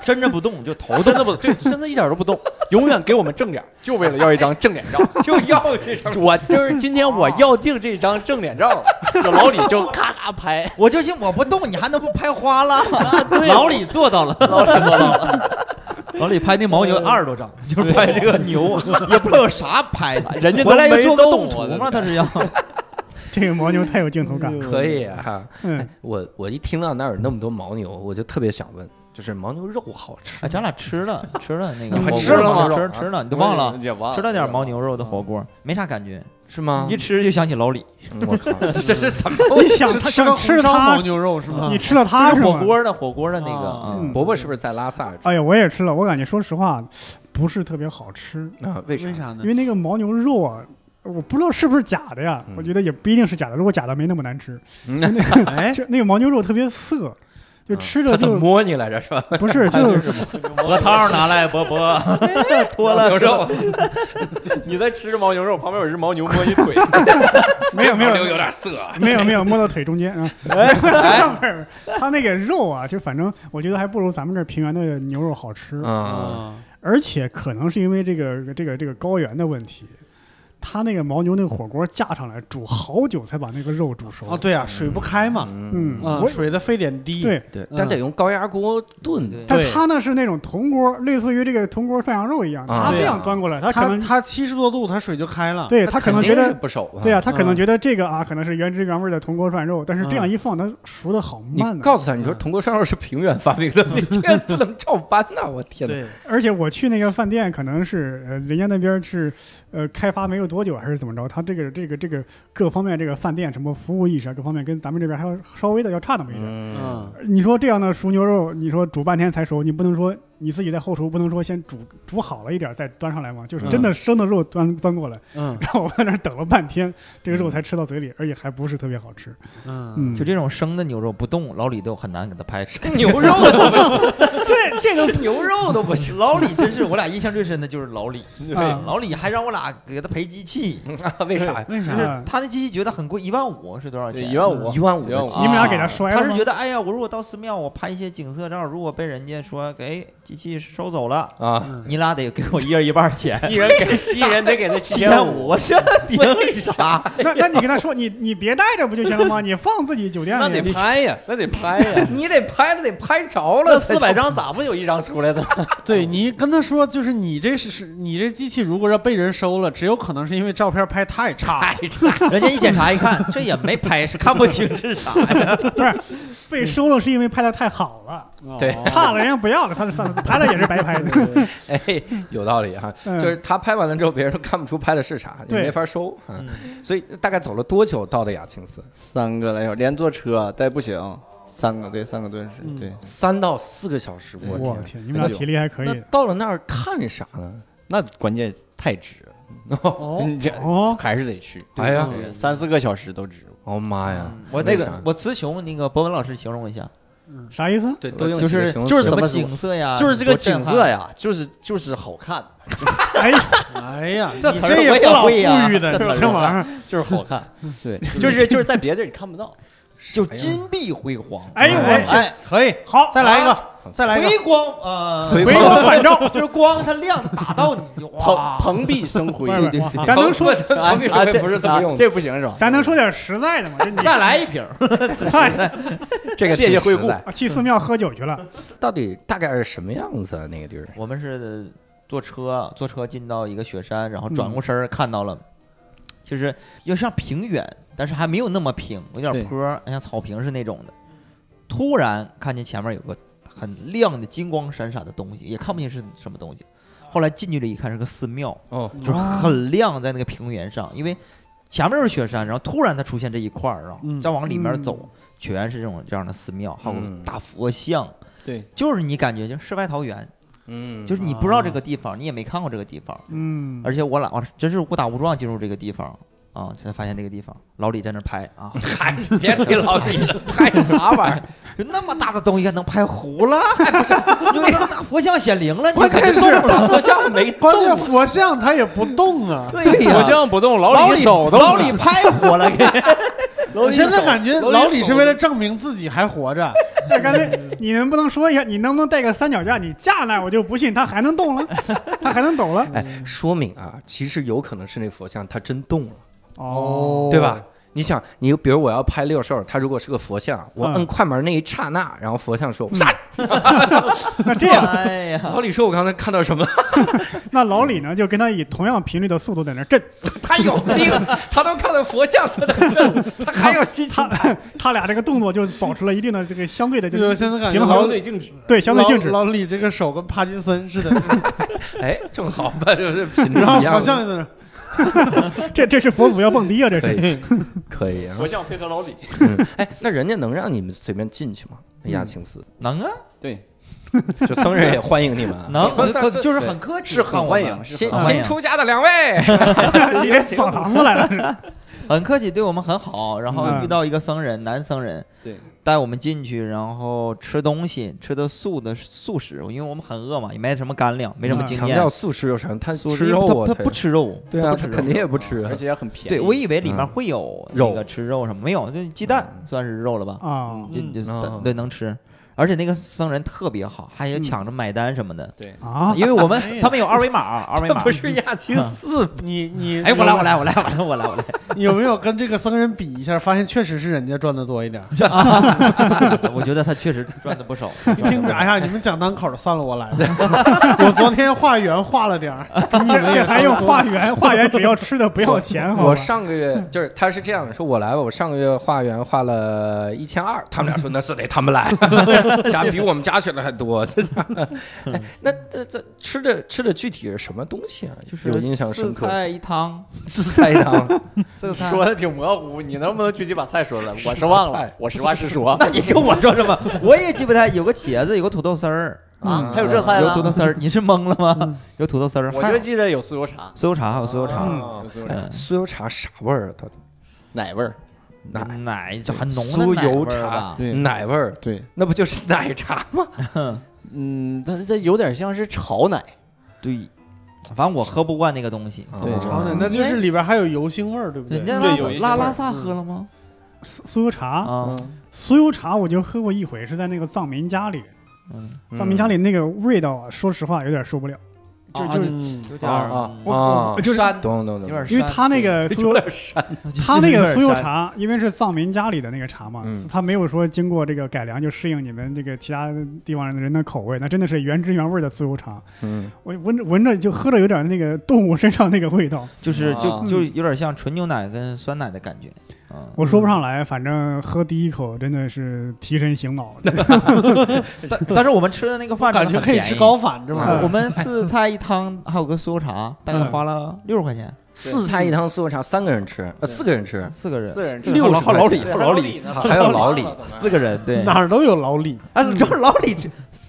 身子不动就头身动，子不对，身子一点都不动，永远给我们正脸，就为了要一张正脸照。就要这张。我就是今天我要定这张正脸照了，这老李就咔咔拍，我就信我不动，你还能不拍花了？对老李做到了，老李做到了。 老李拍那牦牛二十多张，就是拍这个牛，也不知道有啥拍的，人家都回来又没做个动动图我的嘛，天他是要。这个牦牛太有镜头感了。可以啊，嗯，我我一听到那儿有那么多牦牛，我就特别想问，就是牦牛肉好吃 哎，咱俩吃了吃了那个嗯火锅，吃了吗吃了吃了，你都忘了。也忘吃了点牦牛肉的火锅，没啥感觉，是吗一？吃就想起老李。嗯我靠，这是怎么？你想是吃想个吃红烧牦它，牛啊肉是吗 你？吃了它就是是吗火？锅的火锅的那个，啊嗯嗯伯伯是不是在拉萨吃哎呀，我也吃了，我感觉说实话，不是特别好吃，啊？为啥 为？啥呢因？为那个牦牛肉啊，我不知道是不是假的呀，嗯我觉得也不一定是假的，如果假的没那么难吃，嗯 哎，就那个牦牛肉特别涩，就吃着他怎么就摸你 来着？是吧？不是就脖套拿来，伯伯脱了牛肉，你在吃着牦牛肉，旁边有只牦牛摸你腿，没有没有牦牛有点涩。没有没有摸到腿中间啊， 哎不是它那个肉啊，就反正我觉得还不如咱们这儿平原的牛肉好吃，嗯，啊，而且可能是因为这个这个这个高原的问题。它那个牦牛那个火锅架上来煮好久才把那个肉煮熟，哦对啊，水不开嘛，嗯啊，我水的沸点低，对，对，嗯但得用高压锅炖对但对他呢是那种铜锅，类似于这个铜锅涮羊肉一样，啊他这样端过来，他可它能它七十多度，它水就开了。对那他可肯能定觉是得，不熟啊。啊对啊，他可能嗯觉得这个啊可能是原汁原味的铜锅涮肉，但是这样嗯一放，它熟的嗯好你慢呢。告诉他，你说铜锅涮肉是平原发明的，你这个不能照搬呐！我天哪！对，而且我去那个饭店，可能是呃人家那边是呃开发没有多久还是怎么着，他这个这个这个各方面这个饭店什么服务意识啊各方面跟咱们这边还要稍微的要差那么一点。嗯，嗯，你说这样的熟牛肉，你说煮半天才熟，你不能说你自己在后厨不能说先煮煮好了一点再端上来吗？就是真的生的肉端端过来， 嗯让我在那儿等了半天，这个肉才吃到嘴里，而且还不是特别好吃。嗯，嗯，就这种生的牛肉不动，老李都很难给他拍。牛肉都不行，这 这个牛肉都不行。老李真是，我俩印象最深的就是老李，啊老李还让我俩给他赔机器，嗯 为啥 呀？为啥？啊他那机器觉得很贵，一万五是多少钱？一万五一万五一万的五鸡你们俩给他摔了他吗是觉得，哎呀，我如果到寺庙，我拍一些景色照，如果被人家说给机器收走了，啊！你俩得给我一人一半钱，一人给 一人得给他七一千千五，五，我这为啥？那那你跟他说，你你别带着不就行了吗？你放自己酒店那里得。拍呀，那得拍 呀。你得拍的得拍着那了，四百张咋不有一张出来的？对你跟他说，就是你这是是你这机器，如果要被人收了，只有可能是因为照片拍太差。太差，人家一检查一看，这也没拍，是看不清是啥呀？被收了是因为拍的太好了，对哦差了人家不要了，他他拍了也是白拍的。哎，有道理哈。嗯就是他拍完了之后，别人都看不出拍的是啥，也对嗯没法收啊。所以大概走了多久到的雅青寺？ 三个来小时，连坐车带步行，三个对，三个顿时嗯对。三到四个小时，我我天！天，你们俩体力还可那以到了那儿看啥呢？那关键太值，哦，你这哦。还是得去。哎呀，对啊三四个小时都值。哦妈呀！嗯我那为啥个我词穷，那个博文老师形容一下，啥意思？对，都用几个形容就是什怎么说景色呀，就是这个景多震色撼，呀，就是就是好 看，哎，哎呀，这你词儿这我也也不老富会啊呀裕这的，词儿啊这玩意儿。就是好看。对，就是就是在别地儿你看不 到。 就金碧辉煌，哎呦我哎，可以，好，再来一啊个，再来一个。回光呃，回回光返照， 就是光它亮打到你， 就蓬哇，蓬荜生 辉。不是不是对咱能说 啊，防御设备不是这么用的，这不行是吧？咱能说点实在的吗？这你再来一瓶，看这个谢谢挺实惠顾 在。 啊去寺庙喝酒去了，到底大概是什么样子啊？那个地儿 我们是坐车，坐车进到一个雪山，然后嗯转过身儿看到了，其实要像平原，但是还没有那么平，有对点坡儿，像草坪是那种的。突然看见前面有个很亮的金光闪闪的东西，也看不清是什么东西，后来近距离一看是个寺庙，哦，就是很亮在那个平原上，因为前面就是雪山，然后突然它出现这一块儿啊，嗯再往里面走嗯，全是这种这样的寺庙，还有嗯大佛像，对，就是你感觉就世外桃源，嗯就是你不知道这个地方，你也没看过这个地方，嗯，而且我俩我真是误打误撞进入这个地方啊，才发现这个地方，老李在那儿拍啊，嗨，别提老李了，拍啥 玩意儿？就那么大的东西还能拍糊了？哎不 是，因为那佛像显灵了，你关键感觉是动了。佛像没关键佛像它也不动啊。对呀，佛像不动，老李手动了，老李拍糊了，给老我李现在手感觉老老李李手是为了证明自己还活着，那刚才你能不能说一下，你能不能带个三脚架？你架那儿我就不信它还能动了，它还能抖了。哎，嗯说明啊，其实有可能是那佛像它真动了，哦对吧？你想，你比如我要拍六兽，它如果是个佛像，我嗯摁快门那一刹那，然后佛像嗯说：“杀那这样，哎！”呀，老李说：“我刚才看到什 么了？那老李呢，就跟他以同样频率的速度在那儿震，他有病，他都看到佛像，他在这，他还 有心情他他俩这个动作就保持了一定的这个相对的，就就是现在感觉平衡相老对静止，对相对静止。老老李这个手跟帕金森似的，哎，正好吧，就是频率然后一样佛的，像在那儿，这这是佛祖要蹦迪啊，这可 是。 以，可以啊佛。像配合老李，嗯哎，那人家能让你们随便进去吗？嗯亚青寺，能啊，对，就僧人也欢迎你们 啊。能，不是可就是对很客气，是很欢迎，是新很啊欢迎新出家的两 位，你这扫堂过来了，很客气，对我们很好。然后嗯遇到一个僧人，男僧人，对，带我们进去，然后吃东西，吃的素的素食，因为我们很饿嘛，也没什么干粮，没什么嗯经强验调。素食有啥？他素吃食肉啊，他他不吃肉，对他啊，不他吃肉肯定也不吃啊而。且也很便宜。对我以为里面嗯会有肉那个吃肉什么，没有，就鸡蛋嗯算是肉了吧？啊就就嗯对能吃，而且那个僧人特别好，还有嗯抢着买单什么的，对，啊！因为我们哎呀他们有二维码， 二维码。不是亚 青寺，你你哎，我来，我来，我来，我来，我来，我来，你有没有跟这个僧人比一下？发现确实是人家赚的多一点。 我觉得他确实赚的不 少。一听着，哎呀，你们讲单口的，算了，我来吧。我昨天化缘化了点儿，你这这还用化缘？化缘只要吃的不要钱，好我吧？上个月就是他是这样的，说我来吧，我上个月化缘化了一千二，他们俩说那是得他们 来，家比我们加起来还 多，这家。哎那这这吃的吃的具体是什么东西啊？就是有印象深刻四菜一 汤，四菜一 汤，四个菜。说的挺模糊，你能不能具体把菜说出来？我是忘了，我实话实说 那你跟我说什么？我也记不太，有个茄子，有个土豆丝儿，啊嗯，还有这菜有土呢豆？丝儿，你是懵了吗？有土豆丝儿，我还就记得有酥油茶，酥油茶，还有酥油茶，嗯有酥油茶，嗯，酥油茶啥味儿啊？到底奶味儿，奶奶这很浓的酥奶油味儿茶吧对奶味儿，对，那不就是 奶茶吗？嗯，它它有点像是炒奶，对，反正我喝不惯那个东西。嗯对哦尝尝，那就是里边还有油腥味儿，对不对人？家对拉有一些拉味儿拉萨喝了吗？酥油茶，啊，酥油茶我就喝过一回，是在那个藏民家里。嗯，藏民家里那个味道嗯啊，说实话有点受不了，就啊就嗯，有啊点儿啊嗯我啊！我就是山懂懂有懂点儿懂，因为膻他那对个酥有 油，点山， 他那个酥有油点茶，因为是藏民家里的那个茶嘛嗯，他没有说经过这个改良就适应你们这个其他地方人的口味，那真的是原汁原味的酥油茶。嗯，我闻着闻着就喝着有点那个动物身上那个味嗯道，就是就啊就嗯有点像纯牛奶跟酸奶的感觉，嗯，我说不上来，反正喝第一口真的是提神 醒脑。但但是我们吃的那个饭感觉可以吃高啊反这玩意我儿。们四菜一汤，还有个酥油茶，大概嗯花了六十块钱，四菜一汤酥油茶，三个人吃，呃，四个人吃，四个人，四个人吃六60十老李，对老李，呢 还有老李四个人，嗯对。哪儿都有老李，哎，你知道老李这，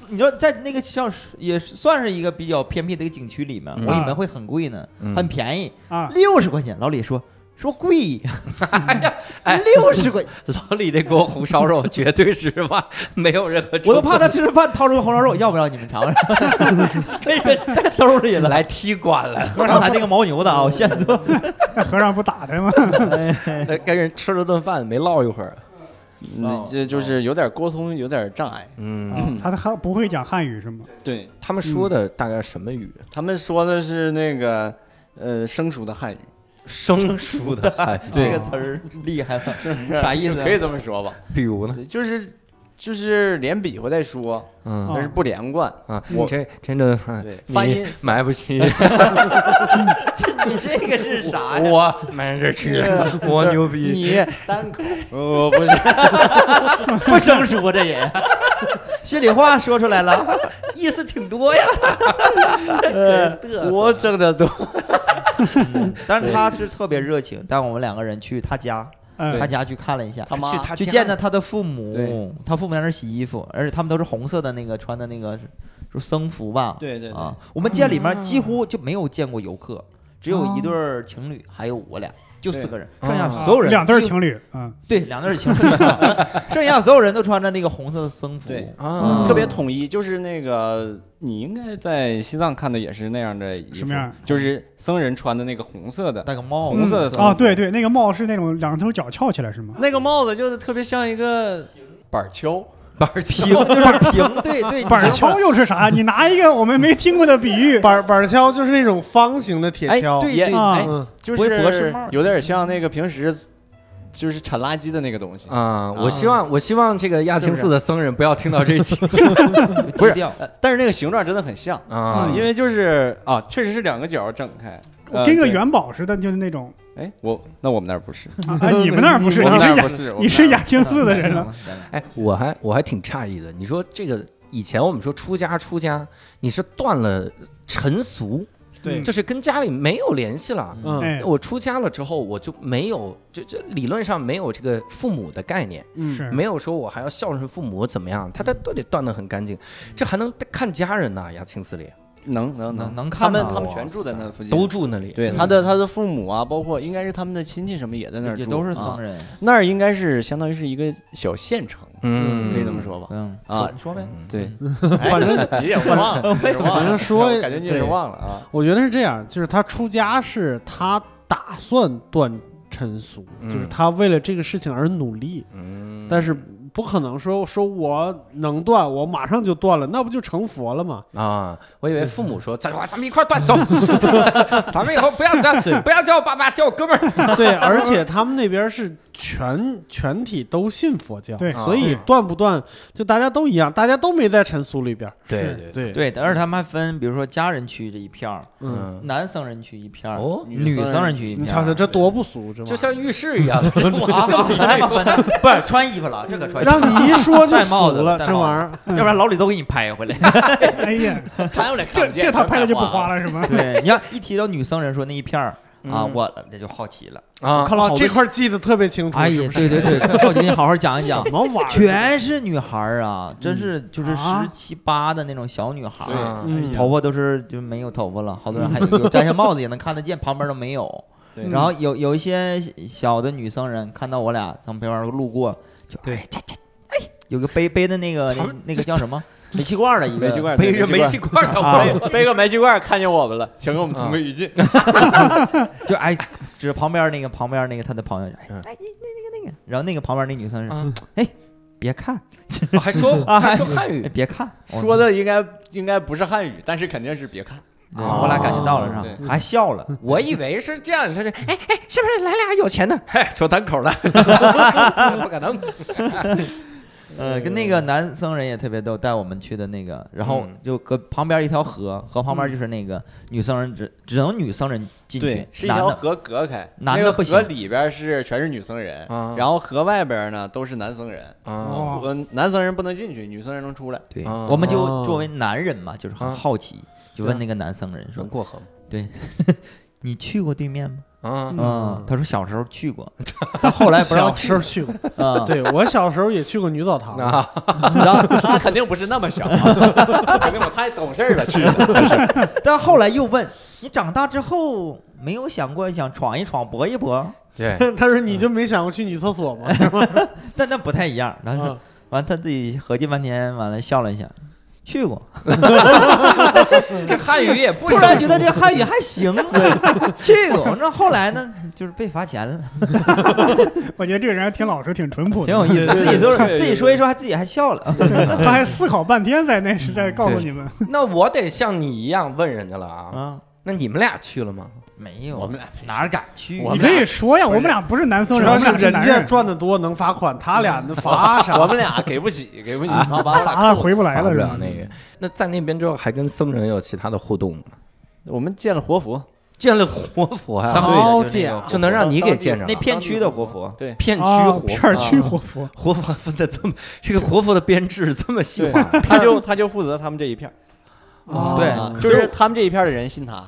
你知道在那个像是也是算是一个比较偏僻的一个景区里面，嗯我以为会很贵呢，嗯很便宜，啊，六十块钱。老李说说 贵，哎六十块，老李那锅红烧肉绝对是吧，没有任何冲突，我都怕他吃着饭掏出红烧肉，要不要你们尝 尝？那个太兜里了。来踢馆 了，刚才那个牦牛的啊，我现做。那和尚不打他吗？那跟呃人吃了顿饭没唠一会儿，嗯这就是有点沟通有点障碍。嗯，啊他还不会讲汉语是吗？对他们说的大概什么语？他们说的是那个呃生疏的汉 语，生疏的汉语，这对个词儿厉害了，是不是？啥意思啊 可以这么说吧，比如呢，就是就是连比划再说，嗯但是不连贯。啊，哦我这真的，哎对你发音买不起，你这个是啥呀？我买着吃，我牛逼， 你单口，呃，不是，啊 不生疏这也，心里话说出来了，意思挺多 呀。呃我整的都啊但是他是特别热情，带我们两个人去他家，嗯他家去看了一下，他妈去他去家见的他的父对母，他父母在那儿洗衣服，而且他们都是红色的那个穿的那个是僧服吧？对对对啊，我们店里嗯面几乎就没有见过游客，只有一对儿情侣，还有我俩，就四个人，对剩下啊所有人哦两对儿几乎情侣，嗯，对两对 儿情侣，剩下所有人都穿着那个红色的僧服，对啊特别统一，就是那个你应该在西藏看的也是那样的衣服，什么样就是僧人穿的那个红色的，戴个帽子，红色的啊，僧对对，那个帽是那种两头脚翘起来是吗？那个帽子就是特别像一个板锹，板儿平就是 平，对对，板平锹又是啥？你拿一个我们没听过的比 喻，板板锹就是那种方形的铁哎锹，对也对啊哎嗯，就不会博士是帽有点像那个平时就是铲垃圾的那个东西。啊！我啊希望我希望这个亚青寺的僧人不要听到这期不是低调呃但是那个形状真的很像啊啊，因为就是啊，确实是两个角整开，呃跟个对元宝似的，就是那种。哎，我那我们那儿不是，啊哎你们那儿不是？我你们那是儿亚不，是，我你们是那儿亚青寺的人啊了。。嗯哎，我还我还挺诧异的。你说这个以前我们说出家出家，你是断了尘俗，对就是跟家里没有联系了。嗯嗯嗯哎，我出家了之后，我就没有，就这理论上没有这个父母的概念，是没有说我还要孝顺父母怎么样，他他都得断得很干净，这还能看家人呐，亚青寺里能嗯能能能，能他看们到他们哇全住嗯在那附近，都住那里，对他的他的父母啊，包括应该是他们的亲戚什么也在那儿住，也都是啊僧，人，那儿应该是相当于是一个小县城，嗯，可以这么说吧？嗯啊你说呗，对，反正你也忘了，你也忘了反正说我感觉你也对是忘了啊。我觉得是这样，就是他出家是他打算断尘俗，嗯就是他为了这个事情而努力，嗯，但是不可能说说我能断，我马上就断了，那不就成佛了吗？ 啊，我以为父母说，咱咱们一块儿断走，咱们以后不要叫不要叫我爸爸，叫我哥们儿。对，而且他们那边是全全体都信佛教，对所啊以断不断就大家都一样，大家都没在尘俗里边儿。对是对，对，对，而且他们还分，比如说家人区这一片儿，嗯，嗯，男僧人区一片儿，哦，女僧人区一你片瞧瞧儿。这多不俗，这玩意就儿像浴室一样， 麻烦，太麻烦了，不是穿衣服了，这可穿衣服，让你一说就戴帽俗子了，戴这帽子玩意儿。要不然老李都给你拍回来。哎呀，拍过来看这不见这他拍的就不花花了是吗？对， 你要一提到女僧人说那一片儿啊，嗯我这就好奇了。 啊，看了好哦这多，块记得特别清楚，哎是呀不，是对对 对，好奇，你好好讲一讲什。么玩意 儿？全是女孩儿啊，真是就是十啊七八的那种小女孩儿， 啊嗯头发都是就没有头发了，好多 人还有有摘下帽子也能看得见，旁边都没有。对然后有有一些小的女僧人看到我俩从旁边路过，就对，哎这这哎，有个背背的那个那那个叫什么煤气罐儿的一个煤气罐儿背对着煤煤 气气罐儿啊背背个煤气罐儿看见我们了，想跟我们同归于 尽。就哎，指着旁边那个旁边那个他的朋友，哎哎那嗯那那个那个，然后那个旁边那女僧人，啊哎别看还说还说 汉哎语，别看，我说的应该应该不是汉语，但是肯定是别看。对我俩感觉到了哦是吧？对还笑 了，我以为是这样，他 是哎哎，是不是来俩有钱的？嘿，说单口的， 不可能。呃，跟那个男僧人也特别逗，带我们去的那个，然后嗯就隔旁边一条河，河旁边就是那个女僧人只只能女僧人进去对，，是一男条的河隔开，男的那个不河行里边是全是女僧人，啊然后河外边呢都是男僧人。啊哦，嗯，男僧人不能进去，女僧人能出来。对，啊我们就哦作为男人嘛，就是很啊嗯好奇，就问那个男僧人说能过河吗？：“你去过对面吗？”啊嗯，他说小时候去过，但后来不让小去时候去过，啊。 对我小时候也去过女澡 堂，啊，然后 他肯定不是那么小、啊，哎肯定我太懂事儿了去。但后来又问你长大之后没有想过想闯一闯搏一搏，对，他说你就没想过去女厕所吗？但那不太一样。然后嗯说完他自己合计半天，完了笑了一下，去过。这汉语也不突然觉得这汉语还 行， 去过。那后来呢，就是被罚钱 了，我觉得这个人还挺老实，挺淳朴挺有的意。思。自己说对对自己说一说，还自己还笑 了。他还思考半天，在那是在告诉你们，那我得像你一样问人家了啊。啊，那你们俩去了吗？没有，我们俩哪敢去？我你们可俩以说呀，不我是们俩不是男僧主人，我要们俩是人男家人，赚的多能罚款，他俩能罚啥？ 我们俩给不 起，给 不起，然后把我俩啊，扣了。回不来了不是了吧？那个。那在那边之后还跟僧人有其他的互动吗？我们见了活佛，见了活佛呀、当啊，地的就高那姐个就能让你给见着啊那片区的活 佛，对，片区啊活片佛。儿区活佛，活佛分的这么，这个活佛的编制这么细对化，他就他就负责他们这一片儿，哦对啊可就是他们这一片儿的人信他，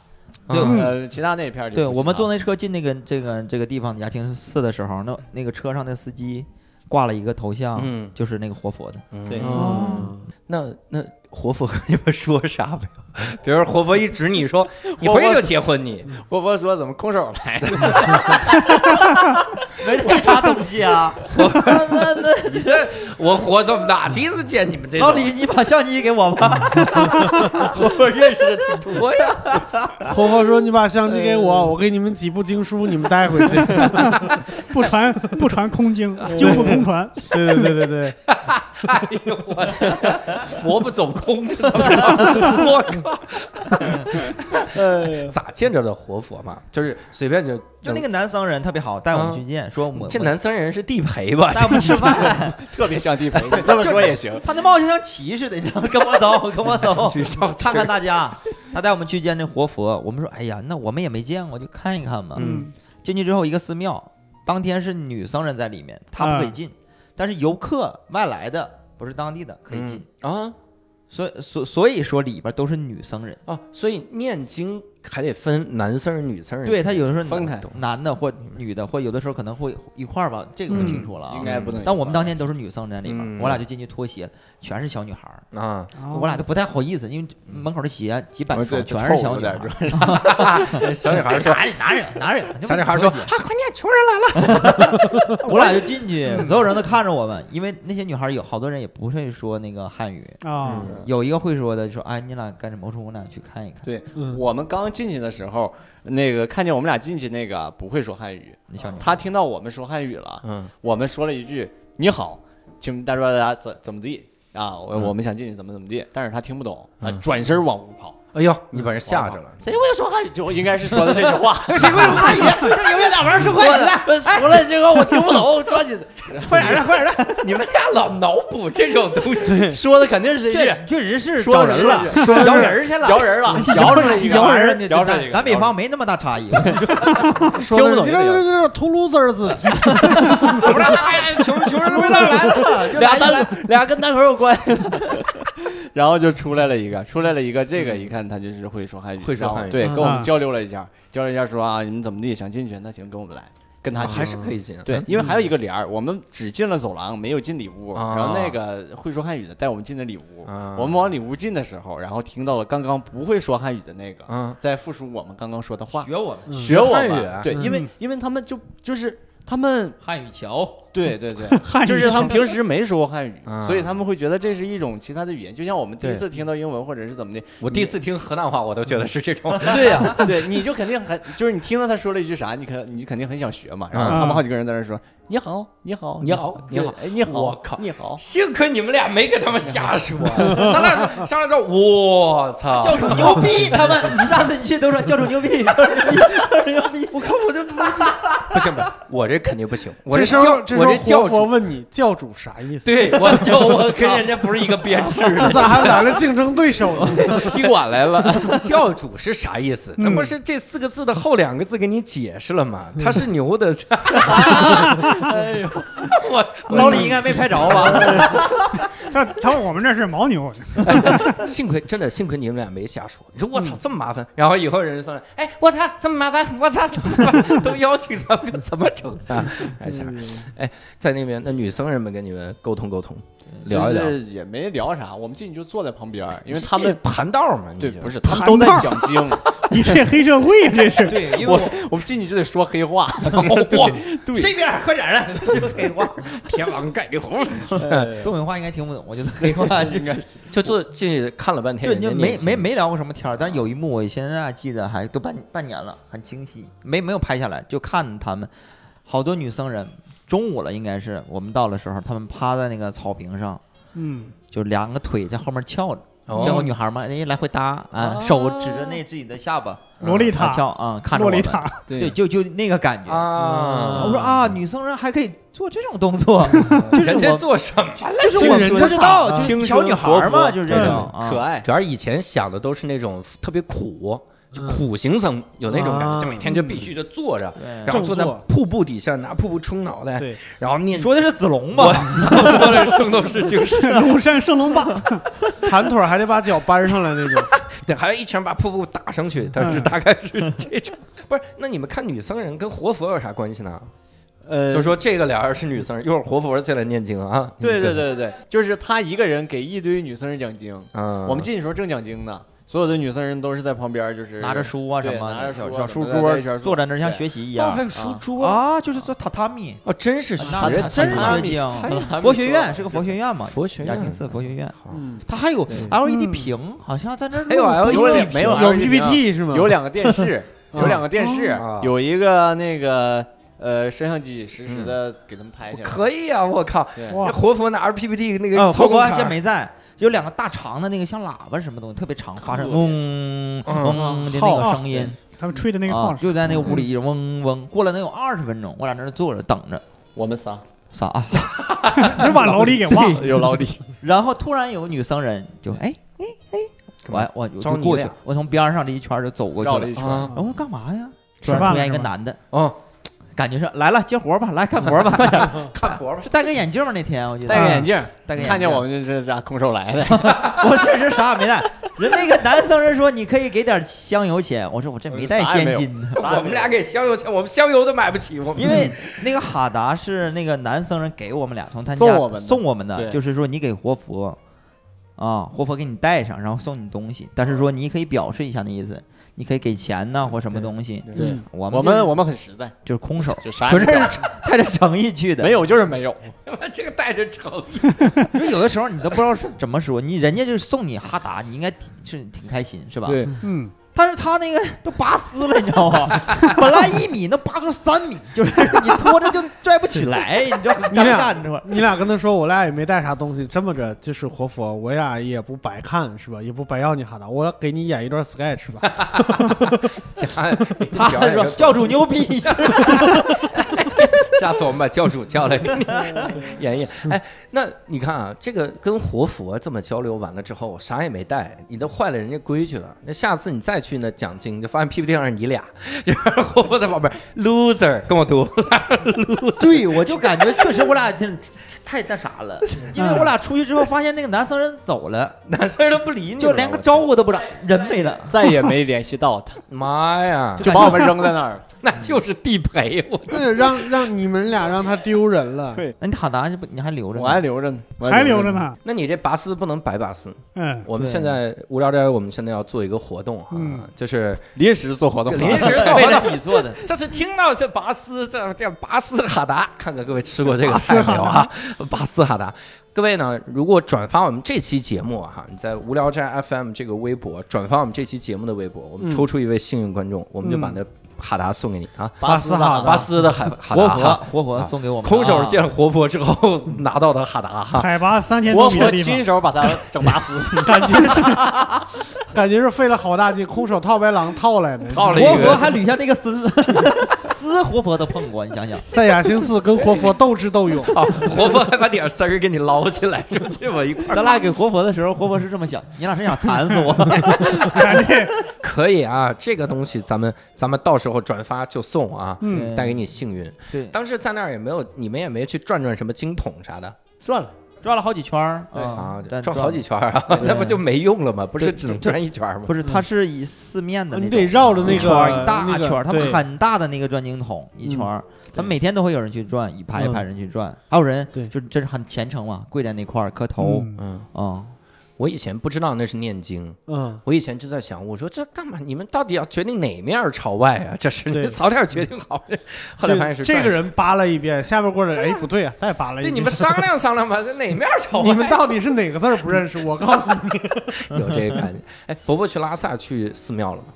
对嗯呃，其他那一片儿就对，不信我们他坐那车进那个这个这个地方雅婷寺的时候，那那个车上那司机挂了一个头像，嗯，就是那个活佛的。对哦那那嗯活佛 跟你们说啥 没有？比如活佛一指你说，你回去就结婚你，波波说怎么空手 来的？没带啥东西 啊！ 那那 你这我活这么大第一次见哦你们这老种， 李，你把相机给我吧。嗯我认识的挺多呀。婆婆说：“你把相机给我，我给你们几部经书，你们带回去。不传不传空经，经不空传。”对对对对对，哎呦我的，佛不走空是怎么着？我靠！咋见着的活佛嘛？就是随便就就那个男商人特别好，带我们去见，说我们这男僧人是地陪吧？带我 们吃饭，特别像地陪，你这么说也行。他那帽就像旗似的，你知道吗？跟我走，跟 我走，哦看看大家。他带我们去见那活佛，我们说，哎呀，那我们也没见过，就看一看吧。嗯，进去之后，一个寺庙，当天是女僧人在里面，她不可以进，但是游客外来的不是当地的可以进，啊所以所所以说里边都是女僧人，啊！所以念经还得分男僧人、女僧人。对他有的时候分男开男的或女的，或有的时候可能会一块儿吧，这个不清楚了啊。应该不能但我们当天都是女僧人在里边，嗯我俩就进去脱鞋，全是小女孩儿。啊，嗯哦我俩都不太好意思，因为门口的鞋几百我双这全臭是小有女点孩 儿。小女孩说拿着拿着拿着，小女孩说：“啊，快念穷人我俩就进 去，所有人都看着我们，因为那些女孩儿有好多人也不会说那个汉语，啊，嗯嗯有一个会说的，就说哎，你俩干什么？我说我俩去看一看。对嗯我们刚进去的时候，那个看见我们俩进去那个不会说汉语那小女，孩他听到我们说汉语了，嗯，我们说了一句“你好”，请大家大家怎怎么地啊？嗯我我们想进去怎么怎么地，但是他听不懂，啊，转身往屋跑。哎呦，你把人吓着了。谁会说汉语？就应该是说的这句话。谁会说汉语？哎有人俩玩是快 点我说了这个我听不懂，抓紧 快点的，快点的！ 你们俩老脑补这种东西，说的肯定是一句确确实是说找的人是了，说的是摇人儿去了，摇人了，摇出来一个，摇人儿了。摇出来一咱个。咱北方没那么大差异。说听不懂这这这这秃噜滋儿滋，我们俩哎呀穷人穷人不回知来道了。 哦来了，就俩来单了。俩跟单口有关系。 然后就出来了一个，出来了一个，这个一看他就是会说汉语，会说汉语然后对，嗯跟我们嗯交流了一下，交流一下说啊，你们怎么地想进去？那行，跟我们来，跟他啊去还。是可以进，对，因为还有一个帘儿，我们只进了走廊，没有进里屋。啊然后那个会说汉语的带我们进的里屋，啊我们往里屋进的时候，然后听到了刚刚不会说汉语的那个啊在复述我们刚刚说的话， 学我嗯们 学我汉语啊们。对，因为嗯因为他们就就是他们汉语桥，对对对，汉语就是他们平时没说过汉语，啊所以他们会觉得这是一种其他的语言，就像我们第一对次听到英文或者是 怎么的。我第一次听河南话，我都觉得是这种。对呀、 对，你就肯定很，就是你听到他说了一句啥，你可你肯定很想学嘛。嗯然后他们好几个人在那说：“你好，你好，你好对你好哎，你好，我靠你好。 幸亏你们俩没给他们瞎 说，上来上来之后，我啊操！教主牛逼！他们，你下次你去都说教主牛逼，教主牛逼，教主牛逼。我看我这不行不行，我这肯定不行。我这时教候这我这时候教活佛主，问你教主啥意思？对我就我跟人家不是一个编制 的。 咋还来了竞争对手呢？”踢馆来了，教主是啥意思？那不是这四个字的后两个字给你解释了吗？他是牛的，老李应该没拍着 吧？他他我们这是牦牛，幸亏真的幸亏你们俩没瞎说。你说我操这么麻烦，然后以后人上来，哎我操这么麻烦，我操怎么办都邀请咱们 怎么整啊？哎行，哎在那边那女僧人们跟你们沟通沟通，聊一聊就。是也没聊啥，我们进去就坐在旁边儿，因为他们这盘道嘛，你对就不是他们都在盘 道讲经，你这黑社会啊， 这是。 对，因为我我我们进去就得说黑话， 哇这边快啊 点的，就黑话，天王盖地虎，东北话应该听不懂，我觉得黑话应该就坐进去看了半天，就你就人家嗯没念经没没聊过什么天儿，但有一幕我现在记得还都半半年了，很清晰，没没有拍下来，就看他们好多女僧人，中午了应该是我们到的时候，他们趴在那个草坪上，嗯，就两个腿在后面翘着，哦见过女孩吗？人家来回搭啊，手指着那自己的下巴，洛丽啊塔，翘啊，看着洛我丽们，塔， 对，就就那个感觉。嗯啊，我说啊，女僧人还可以做这种动作，就是人家我，做什么？就是我人家不知道，啊就是轻小声女孩活儿嘛，泼就是这种啊可爱。主要以前想的都是那种特别苦，就苦行僧，有那种感啊觉，就每天就必须就坐着，对然后正坐在坐瀑布底下拿瀑布冲脑袋，对，然后念说的是子龙吧？我说的是圣斗士星矢，庐山升龙霸，盘腿儿还得把脚搬上来那种。 对，还有一拳把瀑布打上去，但是嗯大概是这种。不是，那你们看女僧人跟活佛有啥关系呢？呃就说这个俩人是女僧人，一会儿活佛进来念经啊。对对，对对，就是他一个人给一堆女僧人讲经，嗯，我们进去时候正讲经呢，所有的女僧人都是在旁边，就是拿着 书啊对什么，拿着小书啊小什书么的桌在一圈坐坐在那儿像对学习一哦，还样有书桌，啊，就是做榻榻米，哦，真是学啊啊那学他经真是学哎呀还经，没佛学院说是个佛学院嘛？佛学雅院静寺佛学院，好嗯，它还有对 LED 嗯屏，好像在那儿还有录 LED 播有呢没有有 LED 屏 PPT 是吗？啊有两个电视，嗯有两个电视哦，有一个那个呃摄像机实时的给他们拍下来。可以啊！嗯我靠，对哇那活佛拿着 PPT 那个啊，操火控锅卡现在没在，有两个大长的那个像喇叭什么东西，特别长，发出嗡嗡的那号个啊声音他们吹的那个啊号，是就在嗯那个屋里嗡嗡，过了能有二十分钟，我俩在那坐着等着我们仨啥啊？ 就把老李给忘了。有 老李，然后突然有个女僧人就哎哎哎，我我我招就你过去俩，我从边上这一圈就走过去绕了了一，圈。啊然后哦干嘛呀？吃突然饭出了现一个是吧男的，哦啊！感觉是来了接活吧，来干活吧，快 点儿看活吧，是戴个眼镜儿那天我记得啊戴个眼镜，戴个眼镜，看 见我们就是这空手来的，我确实啥也没带。人那个男僧人说你可以给点香油钱，我说我这没带现金呢， 啥也没有我们俩给香油钱，我们香油都买不起，我们因为那个哈达是那个男僧人给我们俩从他家送我们的送我们的，对就是说你给活佛啊，活佛给你带上，然后送你东西，但是说你可以表示一下那意思，你可以给钱呐、或什么东西。对嗯我们我我们我们很实在，就是空手，就啥也纯没是有带着诚意去的。 没有就是没有。他妈 这个带着诚意，因为有的时候你都不知道是怎么说，你人家就是送你哈达，你应该挺是挺开心是吧？对，嗯，但是他那个都拔丝了，你知道吗？本来一米能拔出三米，就是你拖着就拽不起来，你知道很你尴俩尬，你知道吗？你俩跟他说，我俩也没带啥东西，这么着就是活佛， 我俩也不白看是吧？也不白要你哈达，我给你演一段 sketch 吧。 假 他还说教主牛逼， 下次我们把教主叫来给你 演一演。哎，那你看啊，这个跟活佛这么交流完了之后，啥也没带，你都坏了人家规矩了。那下次你再去那讲经，就发现 PPT 上是你俩， 就是活佛在旁边，loser 跟我读。 对我就感觉确实我俩挺太那啥了，因为我俩出去之后发现那个男僧人走了，嗯 男生都不理你，就连个招。呼都不打，人没了。再也没联系到他，妈呀，就把我们扔在那儿了。 那就是地陪我。那让让你们俩让他丢人了。对哎那你哈达就不你还留着呢？我还留着呢，我还留着。呢。那你这拔丝不能白拔丝。嗯，我们对现在无聊斋，我们现在要做一个活动哈嗯，就是临时做活动， 临时为了你做的， 这是听到这拔丝，这这拔丝哈达，看看各位吃过这个菜没有啊？ 拔丝哈达，各位呢，如果转发我们这期节目啊哈、你在无聊斋 FM 这个微博转发我们这期节目的微博，我们抽出一位幸运观众，我们就把那哈达送给你啊，巴斯哈拔丝的哈哈活达佛哈，啊活佛送给我们，啊空手见活佛之后拿到的哈 达哈。海拔三千活多米佛的地亲方，手把他整拔丝， 感觉是，感觉是费了好大劲，空手套白狼套来的。套了一活佛个，还捋下那个丝，丝活佛都碰过，你 想想，在雅兴寺跟活佛斗智斗勇，啊活佛还把点丝儿给你捞起来，说这我一 块儿咱俩给活佛的时候，活佛是这么想，你俩是想馋死 我？感觉可以啊，这个东西咱们咱们到时候转发就送啊，嗯，带给你幸运。对，当时在那儿也没有，你们也没去转转什么经筒啥的转了。转了好几圈儿，对啊啊，，但转好几，圈儿啊，对 那不就没用了吗？不是对只能转一圈儿嗯吗不？是，它是以四面的那你种，得嗯绕着那一圈个儿一大圈儿，他他们们很大的那个转经筒一圈儿，他对每天都会有人去转，一排一排人去转，还有人嗯对就真是很虔诚嘛，跪在那块儿磕头嗯嗯，啊，我以前不知道那是念经，嗯，我以前就在想，我说这干嘛？你们到底要决定哪面儿朝外啊？这是你对们早点决定好。后来发现是这转个一 圈儿，人扒拉一遍，下边过来人，哎，不对啊，再扒拉一对遍。你们商量商量吧，这哪面儿朝 你外？啊们到底是哪个字儿不认识？我告诉你，？有这个感觉。哎，伯伯去拉萨去寺庙了吗？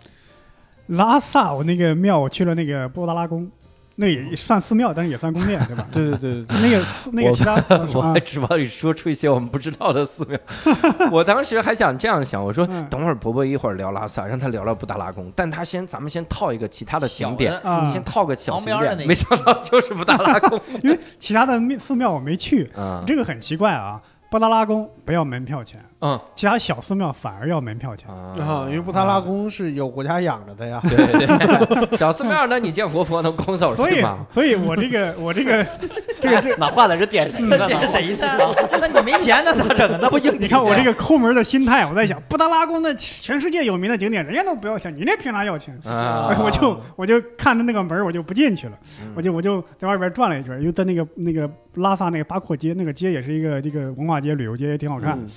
拉萨我那个庙，我去了那个布达拉宫，那也算寺庙，但是也算宫殿，对吧 对对对对，那个寺那个其他 我啊还，指望你说出一些我们不知道的寺庙。 我当时还想这样想，我说嗯等会儿伯伯一会儿聊拉萨，让他聊聊布达拉宫，但他先咱们先套一个其他的景点，小的啊先套个小景旁边的那点。个没 想到就是布达拉宫 因为其他的寺庙我没去，啊，这个很奇怪啊。布达拉宫不要门票钱，嗯，哦其他小寺庙反而要门票钱。啊，因为布达拉宫是有国家养着的呀。 对对对，小寺庙，那你见活佛能空手所去以吗？， 所以我这个我 这个这个这，哪话在这点谁呢？点谁呢？ 那你没钱那咋整啊？那不硬你看我这个个抠门的心态，我在嗯想，布达拉宫那全世界有名的景点，人家都不要钱，你那凭啥要钱？ 啊，哎我就我就看着那个门儿我就不进去了，嗯我就我就在外边转了一圈，因为在那个那个拉萨那个巴阔街，那个街也是一个这个文化街、旅游街，也挺好看。嗯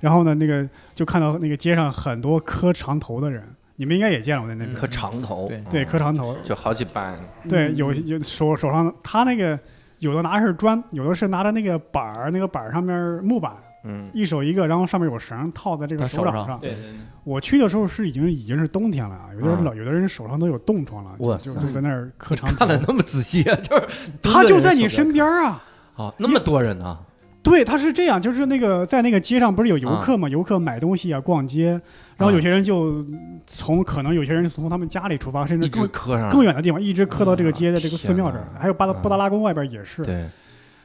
然后呢，那个就看到那个街上很多磕长头的人，你们应该也见了我在那嗯边。磕长头，对对，磕长头，就好几班，对，有有手手上他那个有的拿的是砖，有的是拿着那个板儿，那个板儿上面木板，嗯，一手一个，然后上面有绳套在这个在手手掌上对对对，我去的时候是已经已经是冬天了啊，有的人老、有的人手上都有冻疮了，哇就就塞就在那儿磕长头看。的那么仔细啊，就是 他就在你身边啊。哦，那么多人呢，对，他是这样，就是那个在那个街上不是有嗯游客嘛，游客买东西啊，逛街，然后有些人就从可能有些人是从他们家里出发，甚一至直更磕上了，更远的地方，一直磕到这个街的这个寺天庙哪这儿，还有巴达嗯布达拉宫外边也是，对，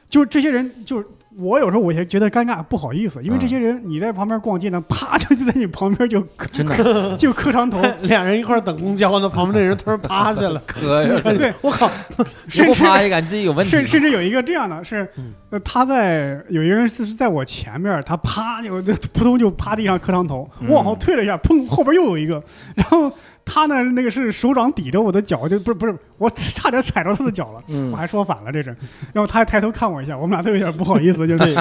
就这些人就是。我有时候我也觉得尴尬，不好意思，因为嗯这些人你在旁边逛街呢，啪就就在你旁边就磕真的，就磕长头，俩人一块儿等公交呢，旁边那人突然趴下了磕上了，对我靠，你甚不至趴下，感觉自己有问题吗。嗯甚甚至有一个这样的是，呃，他在有一个人是是在我前面，他啪就就扑通就趴地上磕长头，嗯我往后退了一下，砰，后边又有一个， 然后他呢那个是手掌抵着我的脚，就不是不是，我差点踩着他的脚了，嗯我还说反了这是，然后他还抬头看我一下，我们俩都有点不好意思，就是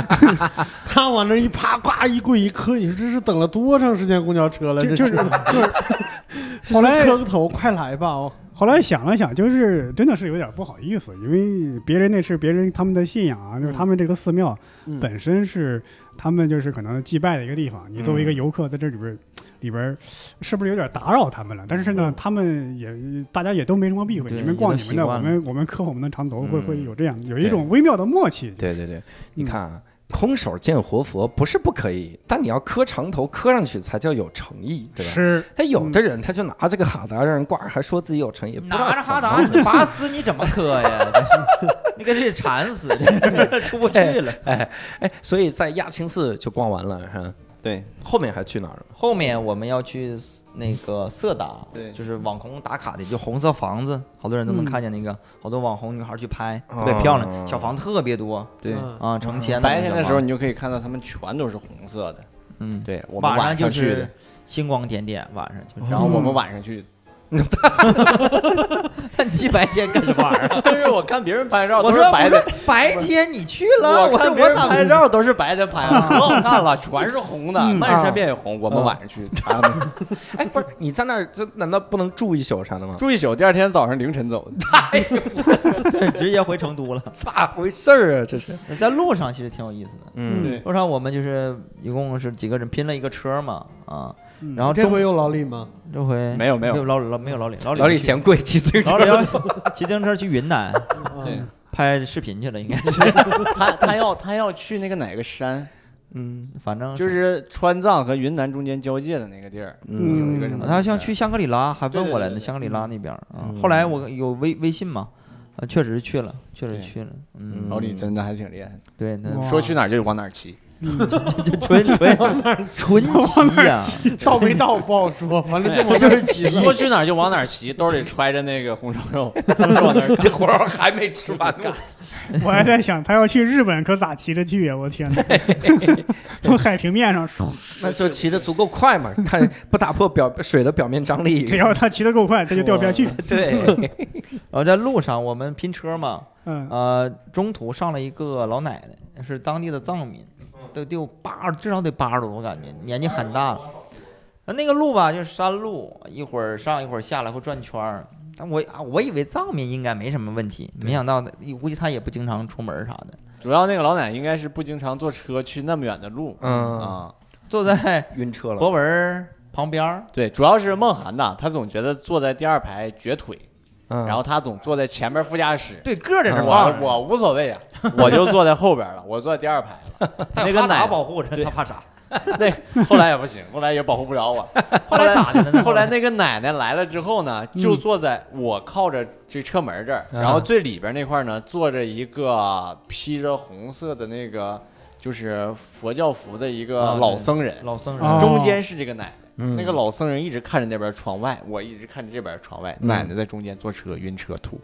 他往那一趴，呱一跪一磕，你说这是等了多长时间公交车了？就这就是就是，后 后来来磕个头，快来吧！哦我后来想了想，就是真的是有点不好意思，因为别人那是别人他们的信仰啊，就是他们这个寺庙嗯本身是他们就是可能祭拜的一个地方，你作为一个游客在这里边儿里边儿是不是有点打扰他们了？但是呢，他们也大家也都没什么避讳，嗯对你们逛你们也的，都我习惯了们我们磕我们的长头，会嗯会有这样有一种微妙的默契。对对对，你看啊，空手见活佛不是不可以，但你要磕长头磕上去才叫有诚意，对吧？是，他有的人他就拿这个哈达让人挂，还说自己有诚意，不知道拿着哈怎么达，你拔丝你怎么磕呀？ 那个是馋 死，出不去了。哎，所以在亚青寺就逛完了，是吧？对，后面还去哪儿 了？后面我们要去那个色达，对就是网红打卡的，就红色房子，好多人都能看见那嗯个，好多网红女孩去拍，哦特别漂亮，小房特别多对。嗯啊，成千啊白天那的种时小候，房，你就可以看到他们全都是红色的。嗯，对，我们晚上就去是的，哦星光点点，晚上就是，然后我们晚上 去， 你白天干什么玩 意儿？但是我看别人拍照我都是说白我的说，白天你去了，我看说别我人咋拍照都是白的拍，可好看了，全是红的，嗯漫山遍野红。我们晚上去，他 们哎，不是你在那儿，这难道不能住一宿啥的吗？住一宿，第二天早上凌晨走。 直接回成都了？咋回事儿啊？这是，在路上其实挺有意思的。嗯，对路上我们就是一共是几个人拼了一个车嘛啊，嗯然后这中回有老李 吗？这回没有没有老老没有老李老李老李去嫌贵，骑自行老车 李要骑自行车去云南对，拍视频去了，应该是 他他要他要去那个哪个山，嗯，反正就是川藏和云南中间交界的那个地儿，嗯有一个什么？他像去香格里拉，还问我来对对对呢，对香格里拉那边儿啊嗯。后来我有微微信嘛，啊，确实去了，确实对去了，嗯嗯，老李真的还挺厉害的，对，那哇说去哪儿就往哪儿骑。 嗯纯纯纯骑呀，到没到不好说，反正就我就是 骑，说去哪儿就往哪儿骑，兜里揣着那个红烧 肉，就往那儿这活儿还没吃完呢。 我还在想，他要去日本可咋骑着去啊呀？我天 哪，从海平面上唰 那就骑得足够快嘛， 看不打破表水的表面张力只。要他骑得够快，他就掉不下 去。对，然后在路上我们拼车嘛，嗯，呃，中途上了一个老奶奶，是当地的藏民，都得有八，至少得八十多，我感觉年纪很大了。啊那个路吧，就是山路，一会儿上一会儿下来，会转圈儿。但我啊，我以为藏民应该没什么问题，没想到估计他也不经常出门儿啥的。主要那个老奶应该是不经常坐车去那么远的路，嗯啊，坐在晕车了。博文儿旁边儿，对，主要是梦涵呐，他总觉得坐在第二排撅腿，嗯，然后他总坐在前面副驾驶。对个儿在这嗯我放着，我无所谓啊，我就坐在后边了，我坐在第二排了。他 那有个哈达奶保护着，对他怕啥？那后来也不行，后来也保护不了我。后来咋的 了呢？ 后来那个奶奶来了之后呢，就坐在我靠着这车门这儿，然后最里边那块呢坐着一个披着红色的那个。就是佛教服的一啊个对老僧人，哦老僧啊人，中间是这个奶奶。嗯那个老僧人一直看着那边窗外，我一直看着这边窗外。嗯奶奶在中间坐车晕车吐，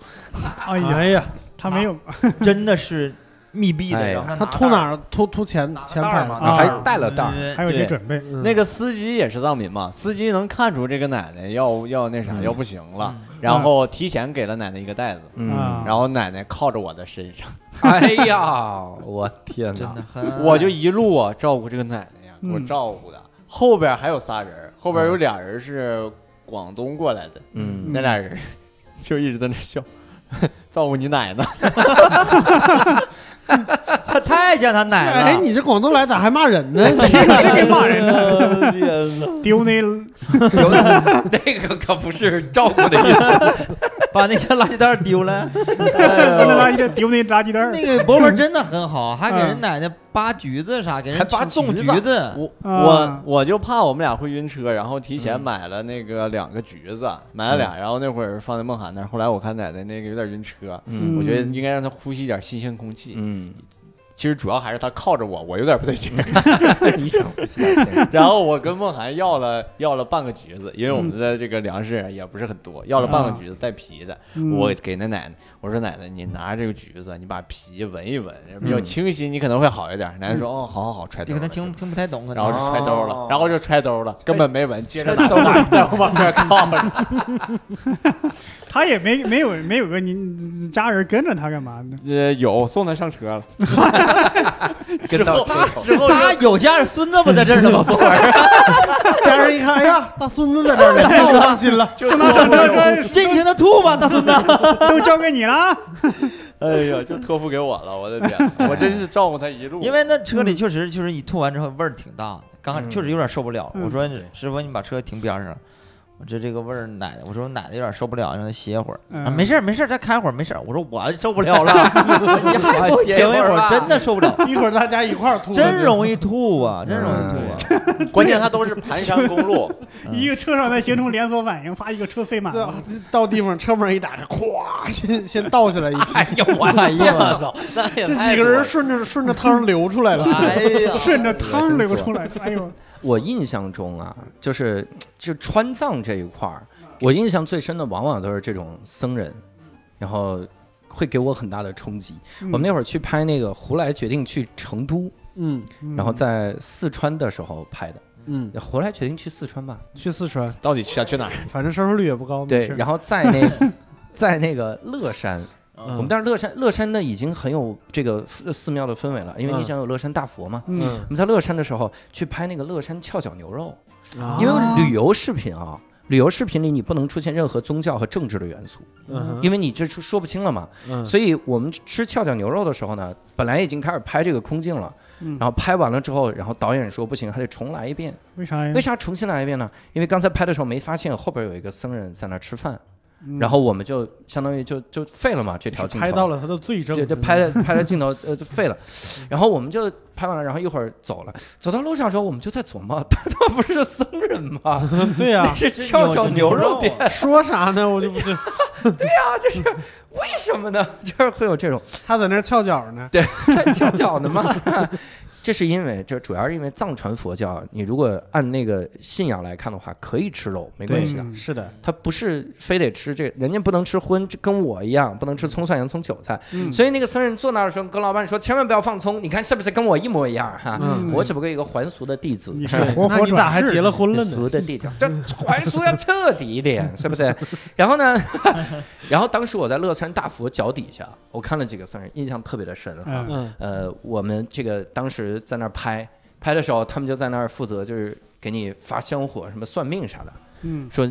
哎呀，哎呀，他没有，真的是密闭的，哎呀然后他拿吐袋哪儿？儿？吐吐前拿个前袋儿排嘛，啊拿个还儿带了袋儿嗯还有一些对准备，那个司机也是藏民嘛，司机能看出这个奶奶要要那啥、嗯要不行了，嗯然后提前给了奶奶一个袋子，啊然后奶奶靠着我的身上， 哎呀，我天真哪的！很，我就一路啊照顾这个奶奶呀，给我嗯照顾的。后边还有仨人儿，后边有俩人是广东过来的，嗯，那俩人儿嗯就一直在那笑， 照顾你奶奶。他太像他奶哎，了，你这广东来咋还骂人呢？这骂人呢！丢那 那个可不是照顾的意思，把那个垃圾袋儿丢了。扔那垃圾袋，丢那垃圾袋儿那个伯伯真的很好，还给人嗯奶奶扒橘子啥，给人还扒吃粽橘子子。我啊我我就怕我们俩会晕车，然后提前嗯买了那个两个橘子，买了嗯俩，然后那会儿放在孟涵那儿。后来我看奶奶那个有点晕车，嗯我觉得应该让她呼吸一点新鲜空气。嗯，其实主要还是她靠着我，我有点不对劲。你想不起来 然后我跟孟涵要了要了半个橘子，因为我们的这个粮食也不是很多，要了半个橘子带皮的。嗯我给那奶奶我说奶奶，你拿这个橘子，你把皮闻一闻，比较清新，你可能会好一点。奶奶说哦，好好好，揣你可兜了。能听听不太懂，可然后能就哦揣兜了，然后就揣兜了，根本没闻，接着揣拿兜了拿在我旁边靠着。他也没没有没有个您家人跟着他干嘛呢？ 呃，有送他上车 了，跟到车口之后他有家人孙子不在这儿呢 吗？不玩家人一看，哎呀，大孙子在这儿呢， 那我放心了。就那托这付给我，这这群他吐吧，大孙子。都交给你了啊，哎呀，就托付给我了，我的天，我真是照顾他一路。因为那车里确实就是你吐完之后味儿挺大的，刚开始嗯确实有点受不了。嗯我说师傅，你把车停边上。我这这个味儿奶奶，我说奶奶有点受不了，让她歇会儿。嗯啊没事儿没事儿，再开会儿没事儿。我说我受不了了，你还给我停一会儿，真的受不了， 一会儿大家一块儿吐，真 容易 吐啊，真容易吐嗯啊。 关键他都是盘山公路，嗯一个车上再形成连锁反应，啪一个车飞满这了。到地方车门一打开，咵，先先倒下 来一 批，哎呦 我的我操，这几个人顺着顺着汤流出来了。嗯啊哎呀， 顺着汤流出来，哎呦，我印象中啊，就是就川藏这一块儿，我印象最深的往往都是这种僧人，然后会给我很大的冲击。嗯我们那会儿去拍那个《胡来决定去成都》，嗯那然后在四川的时候拍的。嗯，胡来决定去四川吧，去四川， 到底想去哪儿？反正收视率也不高。对，没事然后在那在那个乐山，我们嗯当时乐山乐山呢已经很有这个寺寺庙的氛围了，因为你嗯想有乐山大佛嘛。嗯我们在乐山的时候去拍那个乐山翘脚牛肉，嗯啊因为旅游视频啊，旅游视频里你不能出现任何宗教和政治的元素，嗯因为你这说说不清了嘛。嗯所以我们吃翘脚牛肉的时候呢，本来已经开始拍这个空镜了，嗯然后拍完了之后，然后导演说不行，还得重来一遍。为啥呀为？啥重新来一遍呢？因为刚才拍的时候没发现后边有一个僧人在那吃饭，嗯然后我们就相当于就就废了嘛这条是镜头。拍到了他的嗯罪证，对，就拍的拍的镜头 呃就废了，然后我们就拍完了，然后一会儿走了，走到路上的时候我们就在琢磨， 他他不是僧人吗？对呀，是翘脚牛肉店，说啥呢？我就不对，啊，就是为什么呢？就是会有这种 他在那儿翘脚呢。在翘脚的嘛。 这是因为，这主要是因为藏传佛教，你如果按那个信仰来看的话，可以吃肉，没关系的。啊嗯是的，他不是非得吃这，人家不能吃荤，这跟我一样不能吃葱蒜洋葱韭菜。嗯所以那个僧人坐那儿的时候，跟老板说千万不要放葱，你看是不是跟我一模一样哈？嗯我只不过一个还俗的弟子，你是活那佛你咋还转世结了婚了呢？俗的弟子，这还俗要彻底一点，是不是？然后呢， 然后当时我在乐山大佛脚底下，我看了几个僧人，印象特别的深啊。嗯嗯呃，我们这个当时在那儿拍拍的时候，他们就在那儿负责就是给你发香火、什么算命啥的，嗯，说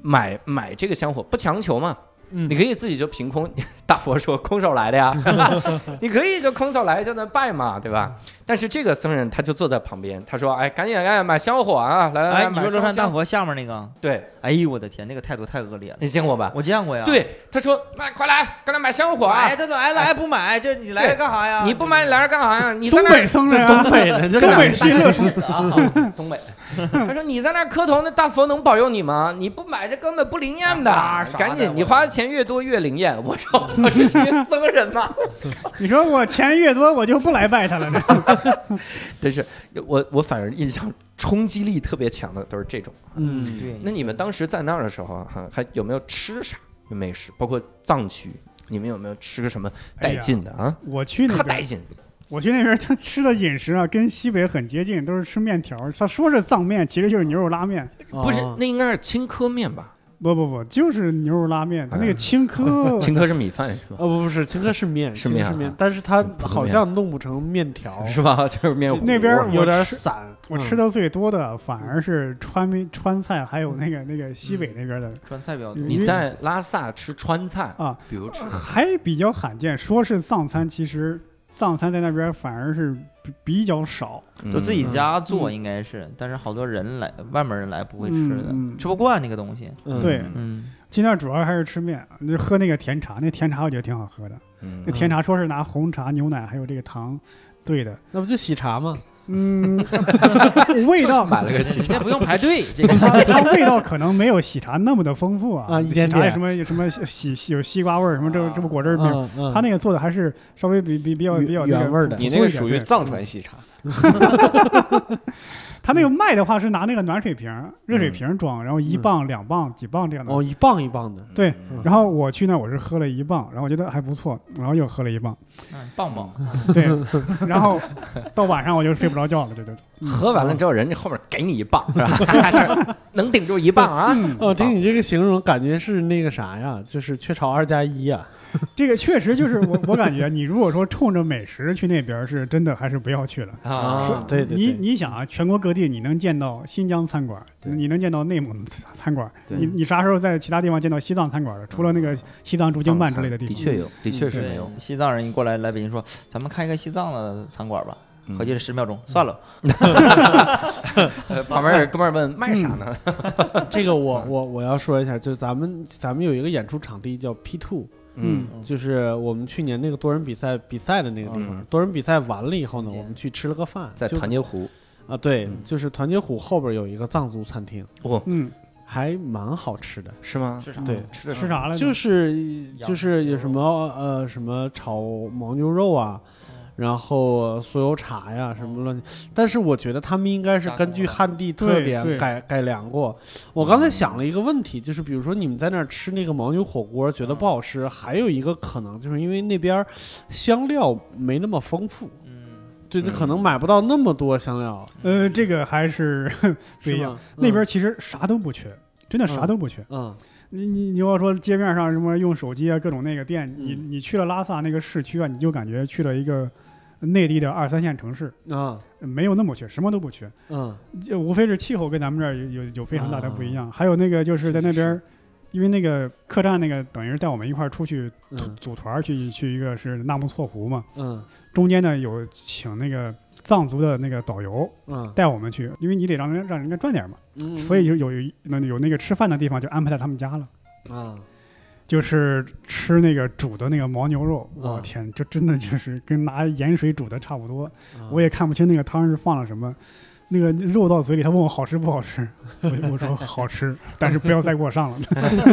买买这个香火不强求嘛，嗯你可以自己就凭空。 大佛说空手来的呀， 你可以就空手来就能拜嘛，对吧？但是这个僧人他就坐在旁边，他说：“哎，赶紧赶紧买香火啊，来来来，哎，你买说乐烧山大香佛下面那个，对哎呦我的天，那个态度太恶劣了，你见过吧？我见过呀。，对，他说：“那快来，快来买香火啊啊哎，！这来了还不买，这你来这干啥呀？你不买你来这干啥呀？你在东那北儿僧人啊，东北的，这东俩北新乐死啊，东北。” 他说：“你在那儿磕头，那大佛能保佑你吗？你不买这根本不灵验的啊啥，的赶紧我你花的钱越多越灵验。” 我说：“我这是一个僧人呐， 你说我钱越多，我就不来拜他了。这真是我我反而印象冲击力特别强的都是这种。嗯，对，那你们当时在那儿的时候啊，哈，还有没有吃啥美食？包括藏区，你们有没有吃个什么带劲的啊？我去哎那可边带，劲！我去那边，他吃的饮食啊，跟西北很接近，都是吃面条。他说是藏面，其实就是牛肉拉面。不是哦，那应该是青稞面吧？不不不，就是牛肉拉面。他那个青 稞，青稞是米饭是吧？呃，不不是，青稞是面，是青稞面是啊面，但是它嗯普通好面像弄不成面条，是吧？ 就是面糊哦那边儿有我点吃散。嗯我吃的的最多的反而是川川菜，还有那个那个西北那边的，川菜比较多。嗯你在拉萨吃川菜啊，比如吃还比较罕见。说是藏餐，其实藏餐在那边反而是比比较少。就自己嗯家做应该是，但是好多人来，外面人来不会吃的嗯嗯，吃不惯那个东西。对嗯嗯，去那儿主要还是吃面，就喝那个甜茶，那甜茶我觉得挺好喝的。嗯那甜茶说是拿红茶、牛奶还有这个糖兑 的，那不就喜茶吗？嗯，味道买了个西你茶这不用排 队，这个它它味道可能没有喜茶那么的丰富啊。啊一喜点茶有点什么有什么喜喜有西瓜味儿，什么这啊这不果汁饼，嗯嗯它那个做的还是稍微比比比较原比较原那个味儿的朴你素那一个点属于对藏传喜茶，它那个卖的话是拿那个暖水瓶儿、热水瓶儿装，然后一磅、两磅、几磅这样的。哦，一磅一磅的，对嗯然后我去那儿，我是喝了一磅，然后我觉得还不错，然后又喝了一磅，嗯棒棒。 对，然后到晚上我就睡不着觉了，这就啊喝完了之后，人家后面给你一 棒，是吧？ 能顶住一棒啊！嗯哦，听你这个形容，感觉是那个啥呀，就是雀巢二加一啊。这个确实就是我，我感觉你如果说冲着美食去那边儿，是真的还是不要去了。啊，是嗯对对你对，你想啊，全国各地你能见到新疆餐馆，对你能见到内蒙餐餐馆，对啊你你啥时候在其他地方见到西藏餐馆了？除了那个西藏驻京办之类的地的方，确有，的确是嗯对没有。西藏人一过来来北京说，咱们开一个西藏的餐馆吧嗯。合计是十秒钟，算了，呃旁边有哥们儿问卖嗯啥呢？这个我我我要说一下，就是咱们咱们有一个演出场地叫 P Two，嗯嗯，就是我们去年那个多人比赛比赛的那个地方。嗯多人比赛完了以后呢，中间我们去吃了个饭，在就是团结湖，啊，对嗯，就是团结湖后边有一个藏族餐厅，哦，嗯，还蛮好吃的。是吗？是啥？对，吃的吃？啥了？就是羊就是有什牛么呃什么炒牦牛肉啊，然后酥油茶呀什么乱七，但是我觉得他们应该是加工根据了汉地特对点对改改良过。我刚才想了一个问题，就是比如说你们在那儿吃那个牦牛火锅觉得不好吃，还有一个可能就是因为那边儿香料没那么丰富，嗯，对，他可能嗯买不到那么多香料，呃，这个还是 不是一样。吗？那嗯边其实啥都不缺，真的啥都不缺。嗯你你你要说街面上什么用手机啊各种那个店，你嗯你去了拉萨那个市区啊，你就感觉去了一个内地的二三线城市，呃啊没有那么缺，什么都不缺，嗯就无非是气候跟咱们这儿有有有非常大的不一啊样，还有那个就是在那边儿。因为那个客栈，那个等于是带我们一块儿出去组嗯组团儿去去一个是纳木错湖嘛，嗯中间呢有请那个藏族的那个导游嗯带我们去，因为你得让人让人家赚点儿嘛，嗯，所以就有有那有那个吃饭的地方就安排在他们家了。啊就是吃那个煮的那个牦牛肉，我、啊天，就真的就是跟拿盐水煮的差不多，啊我也看不清那个汤是放了什么。那个肉到嘴里，他问我好吃不好 吃，我我说好吃，但是不要再给我上了。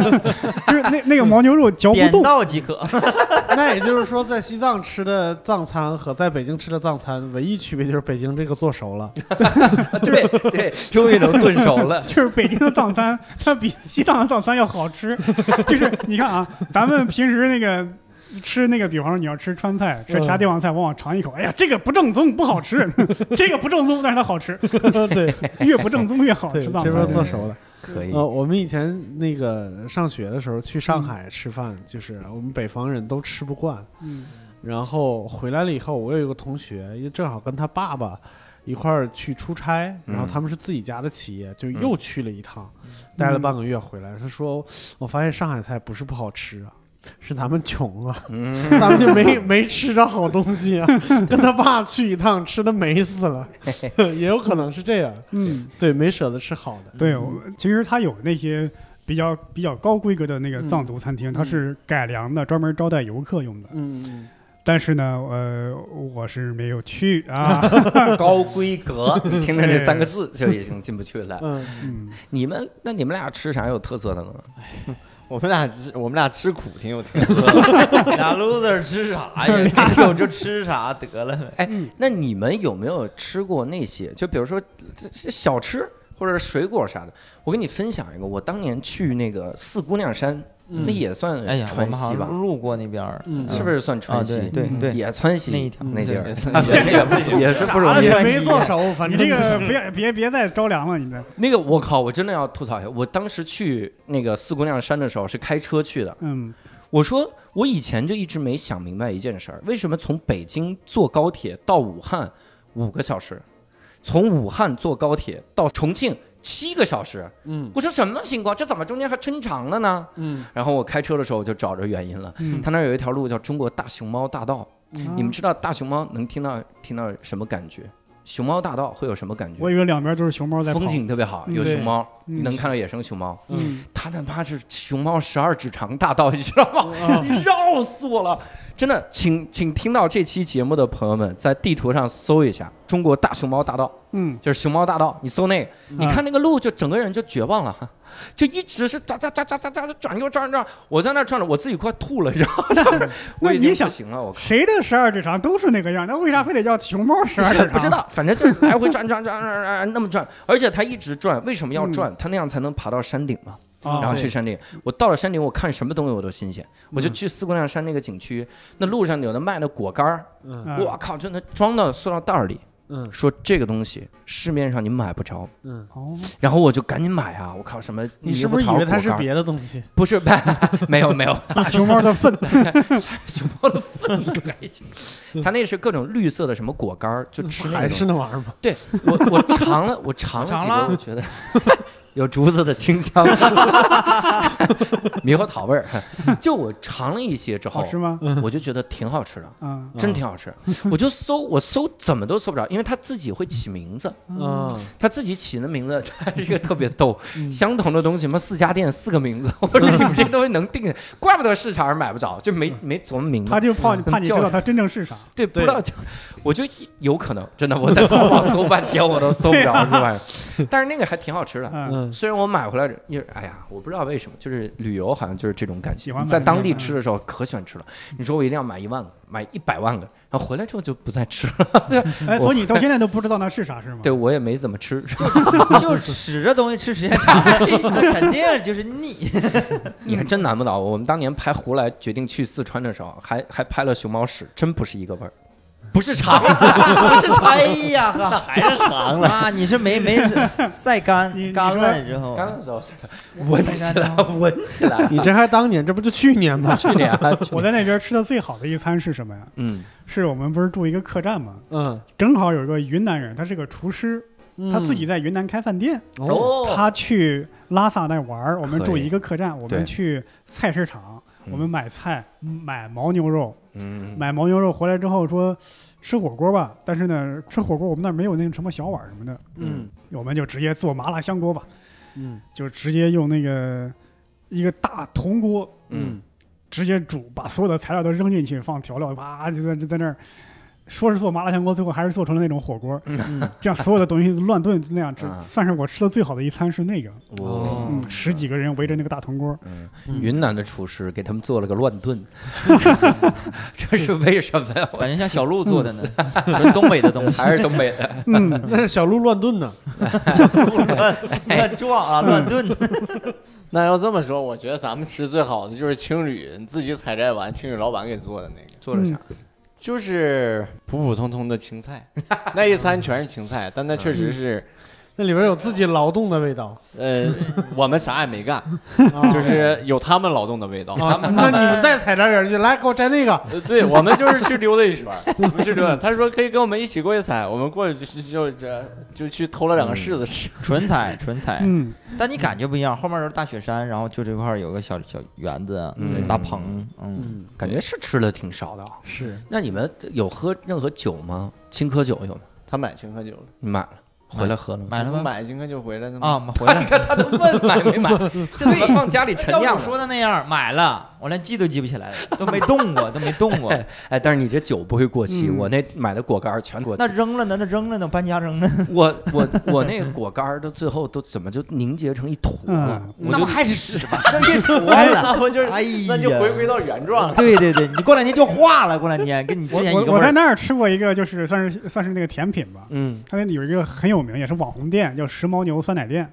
就是那那个牦牛肉嚼不点动，到即可。 那也就是说，在西藏吃的藏餐和在北京吃的藏餐，唯一区别就是北京这个做熟 了。对对，终于能炖熟了。就是北京的藏餐，它比西藏的藏餐要好吃。 就是你看啊，咱们平时那个吃那个，比方说你要吃川菜，嗯吃其他地方菜，往往尝一口，哎呀，这个不正宗，不好吃； 这个不正宗，但是它好吃， 对 越不正宗越好对，吃。藏这餐边做做熟了。可以，呃，我们以前那个上学的时候去上海吃饭，就是我们北方人都吃不惯。嗯然后回来了以后，我有一个同学，也正好跟他爸爸一块儿去出差，然后他们是自己家的企业，就又去了一趟，待了半个月回来，他说我发现上海菜不是不好吃啊，是咱们穷了。 嗯，咱们就没没吃着好东西啊， 跟他爸去一趟，吃的美死 了，也有可能是这样。嗯，对，没舍得吃好的。对，我其实它有那些比较比较高规格的那个嗯藏族餐厅，它是改良的，专门招待游客用的。嗯，但是呢，呃，我是没有去 啊。高规 格，你听着这三个字就已经进不去了。嗯嗯，嗯，你们那你们俩吃啥有特色的呢？ 我们俩吃我们俩吃苦挺有挺俩 loser 吃啥呀？ 该有就吃啥得了呗。那你们有没有吃过那些？就比如说这这小吃或者是水果啥的？我给你分享一个，我当年去那个四姑娘山，那也算哎呀，我川们好西吧像？路过那边儿，嗯是不是算川啊？西对？对嗯对，也川西那一条那地儿对也是不容而易且。嗯没做熟，反啊你这正个不要别别再着凉了，你这那个我靠，我真的要吐槽一下，我当时去那个四姑娘山的时候是开车去的。嗯我说我以前就一直没想明白一件事儿，为什么从北京坐高铁到武汉五个小时，从武汉坐高铁到重庆七个小时？嗯我说什么情况？这怎么中间还抻长了呢？ 嗯，然后我开车的时候我就找着原因了，嗯，他那儿有一条路叫中国大熊猫大道，嗯你们知道大熊猫能听到听到什么感觉？熊猫大道会有什么感我觉？以为两边都是熊猫在跑风，景特别好，嗯有熊猫，嗯你能看到野生熊猫。嗯他他妈是熊猫十二指肠大道，你知道 吗？哦绕死我了！真的，请请听到这期节目的朋友们，在地图上搜一下“中国大熊猫大道嗯”，，啊就是熊猫大道。你搜那个，你看那个路，就整个人就绝望了，就一直是咋咋咋咋咋咋转右转右转。我在那转着，我自己快吐了，你知道吗？就是 我已那经你想不行了，我靠谁的十二指肠都是那个样儿，那为啥非得叫熊猫十二指肠？ 不知，道，反正就来回转转转转转那么转，而且他一直转，为什么要嗯转？他那样才能爬到山顶嘛。啊然后去山顶。我到了山顶，我看什么东西我都新鲜，我嗯就去四姑娘山那个景区，那路上有的卖的果干儿，嗯我靠，真的装到塑料袋儿里，嗯说这个东西市面上你买不着，嗯，哦，然后我就赶紧买啊，我靠，什么你猕是猴不是以桃为它果是干儿别的东西？不是， 没有没有，大熊猫的粪， 熊猫的粪还行，它那是各种绿色的什么果干儿，就吃那 嗯还种是那玩意儿吗？对我，我尝了，我尝了尝几个，了我觉得 有竹子的清香， 猕猴桃味儿。就我尝了一些之好后，吃吗？我就觉得挺好吃的，嗯真挺 好吃。我就搜，我搜怎么都搜不着，因为他自己会起名字，嗯，他自己起的名字，他这个特别逗。嗯相同的东西，什么四家店四个名字，我说你 们这东西能定，怪不得市场上买不着，就没没琢磨明白他。就怕嗯怕你知道它真正是啥。对，不知道就，我就有可能真的，我在淘宝搜半天我都搜不着这玩意儿，但是那个还挺好吃的。嗯，嗯虽然我买回来，因为哎呀，我不知道为什么，就是旅游好像就是这种感喜觉。欢买在当地这种吃的时候可喜欢吃了，你说我一定要买一万个，买一百万个，然后回来之后就不再吃了。 对，哎，所以你到现在都不知道那是啥是吗？嗯对我也没怎么吃。 就使这东西吃时间长了， 哎那肯定就是腻。你还真难不倒我。我们当年拍胡来决定去四川的时候，还还拍了熊猫屎，真不是一个味儿，不是肠子， 不是，哎呀呵，还是长了。啊，你是没没晒干你你干说了之后，刚的时候闻起来，闻起来。 你这还当年，这不就去年 吗？去年啊，我在那边吃的最好的一餐是什么呀？嗯，是我们不是住一个客栈吗？嗯，正好有一个云南人，他是个厨师，他自己嗯在云南开饭店，哦，他去拉萨那玩儿，我可们以住一个客栈，我对们去菜市场，嗯我们买菜，买牦牛肉，嗯，买牦牛肉回来之后说吃火锅吧，但是呢，吃火锅我们那儿没有那个什么小碗儿什么的，嗯我们就直接做麻辣香锅吧，嗯就直接用那个一个大铜锅嗯嗯直接煮，把所有的材料都扔进去，放调料，啪就在就在那儿。说是做麻辣香锅，最后还是做成了那种火锅，嗯这样所有的东西乱炖，就那样吃啊，算是我吃的最好的一餐是那个，我哦嗯，十几个人围着那个大铜锅，嗯，嗯云南的厨师给他们做了个乱 炖，这是为什么呀？感觉像小鹿做的呢，嗯是东北的东 西，还是东北的，嗯，那是小鹿乱炖呢。乱乱撞啊，乱炖。那要这么说，我觉得咱们吃最好的就是青旅，你自己采摘完，青旅老板给做的那个，做了啥？就是普普通通的青菜，那一餐全是青菜，但那确实是，那里边有自己劳动的味道，呃，我们啥也没干，啊就是有他们劳动的味道。啊，那你们再采摘点去，来给我摘那个。呃对，我们就是去溜达一圈儿，我们去溜达。他说可以跟我们一起过去采，我们过去就就就就去偷了两个柿子吃。纯采纯采，嗯，但你感觉不一样，后面都是大雪山，然后就这块儿有个小小园子，嗯大棚，嗯，嗯，感觉是吃的挺少的啊。是那你们有喝任何酒吗？青稞酒有吗？他买青稞酒了，你买了？回来喝了吗？买了吗？买应该就回来了吗？啊，回来你。看他都问买没 买，这怎么放家里照陈酿你呢？说的那样，买了，我连记都记不起来了，都没动 过，都没动过。哎，但是你这酒不会过期，嗯我那买的果干儿全过期那。扔了呢？那扔了呢？搬家扔了，我我我那个果干儿都最后都怎么就凝结成一坨了？嗯我 那就不还是屎 吧？那也坨了。 那不就是哎呀，那就回归到原状了。对对对，你过两天就化了，过两天跟你之我前一我个我味在儿。那儿吃过一个，就是算是算是那个甜品吧。嗯，它那里有一个很有名，也是网红店，叫时髦牛酸奶店。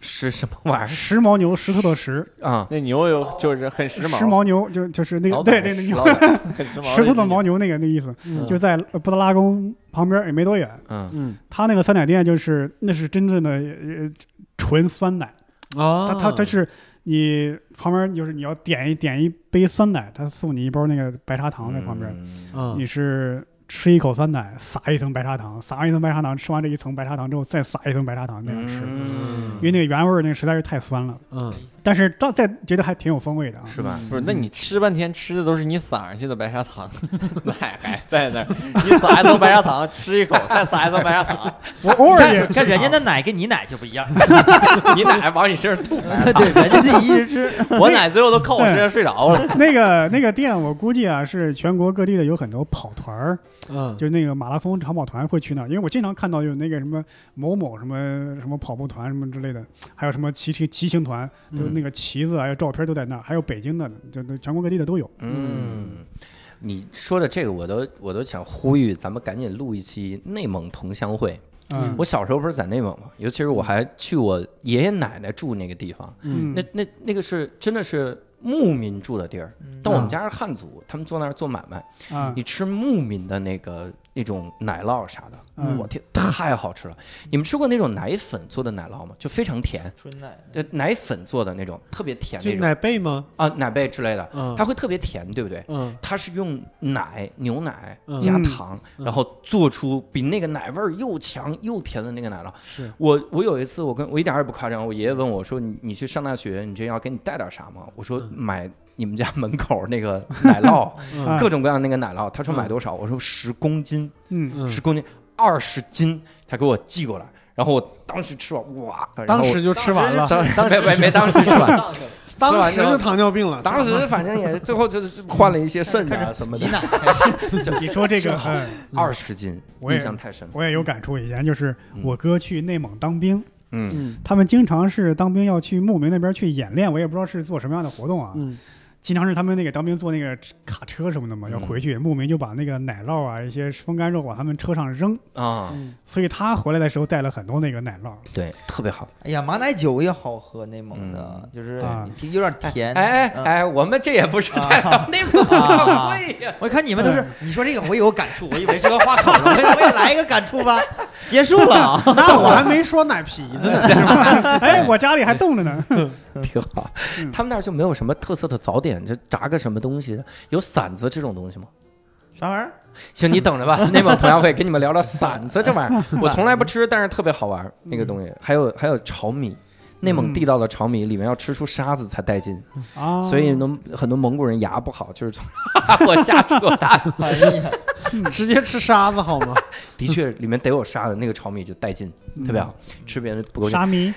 是什么玩意时髦牛石头的石，儿啊？那牛有就是很时髦，时髦牛就就是那个老板对对那牛老 板很时髦，石头的牦牛那个那意思，嗯就在呃布达拉宫旁边也没多远。嗯，嗯他那个酸奶店就是那是真正的呃纯酸奶，啊，他他他是你旁边就是你要点一点一杯酸奶，他送你一包那个白砂糖在旁边，嗯嗯你是吃一口酸奶，撒一层白砂糖，撒完一层白砂糖，吃完这一层白砂糖之后再撒一层白砂糖那样吃，嗯因为那个原味儿那个实在是太酸了，嗯但是到再觉得还挺有风味的啊。是 吧？ 不是，那你吃半天吃的都是你撒上去的白砂糖， 奶还在那儿，你撒一层白砂糖，吃一口，再撒一层白砂糖，我偶尔也 看看人家那奶跟你奶就不 一样，你奶还往你身上吐，对，人家 自己一直吃。我奶最后都靠我身上睡着了。那个那个店，我估计啊是全国各地的有很多跑团儿，嗯，就是那个马拉松长跑团会去那儿，因为我经常看到有那个什么某某什么什么跑步团什么之类的，还有什么骑骑骑行团，嗯就那个旗子还有照片都在那儿，还有北京的，就就全国各地的都有。嗯，你说的这个，我都我都想呼吁，咱们赶紧录一期内蒙同乡会。嗯，我小时候不是在内蒙嘛，尤其是我还去我爷爷奶奶住那个地方，嗯那那那个是真的是牧民住的地儿，但我们家是汉族，他们坐那儿做买卖，啊你吃牧民的那个那种奶酪啥的，嗯我天，太好吃了！你们吃过那种奶粉做的奶酪吗？就非常甜，春奶，呃，奶粉做的那种特别甜就那种奶贝吗？啊，奶贝之类的，嗯它会特别甜，对不对？嗯它是用奶、牛奶嗯加糖，嗯然后做出比那个奶味儿又强又甜的那个奶酪。是我我有一次，我跟我一点儿也不夸张，我爷爷问我说：“你你去上大学，你这要给你带点啥吗？”我说：“嗯买你们家门口那个奶酪， 嗯各种各样那个奶酪。”他说：“嗯买多少？”我说：“十公斤，嗯，嗯十公斤，二十斤。”他给我寄过来，然后我当时吃完，哇！然后当时就吃完了，当当时没没没当时吃完，吃当完之时后就糖尿病 了，当时反正也最后 嗯就是换了一些肾啊什么挤的，奶，你说 这个，嗯二十斤，我也印象太深了。我也有感触。以前就是嗯我哥去内蒙当兵，嗯嗯他们经常是当兵要去牧民那边去演练，我也不知道是做什么样的活动啊。嗯经常是他们那个当兵坐那个卡车什么的嘛，要嗯回去，牧民就把那个奶酪啊、一些风干肉往他们车上扔，啊，嗯所以他回来的时候带了很多那个 奶酪。对，特别好。哎呀，马奶酒也好喝，内蒙的，就是啊你听有点甜。哎嗯哎，哎，我们这也不是在啊那个啊会呀。我看你们都是，嗯你说这个我有感触，我以为是个花口 了，我也我也来一个感触吧。 结束了啊，那我还没说奶皮子呢，哎，我家里还冻 着呢。挺好嗯。他们那儿就没有什么特色的早点，就炸个什么东西，有馓子这种东西 吗？啥玩意儿？行，你等着 吧。内蒙同样会跟你们聊聊馓子这玩意儿，我从来不吃，但是特别好玩嗯儿那个东西。还有还有炒米，内蒙地道的炒米里面要吃出沙子才带劲，嗯哦啊，所以能很多蒙古人牙不好，就是 从我瞎扯淡。哎呀，直接吃沙子好吗？的确，里面得有沙子，那个炒米就带劲，特别好嗯吃，别人不够劲。嗯沙弥，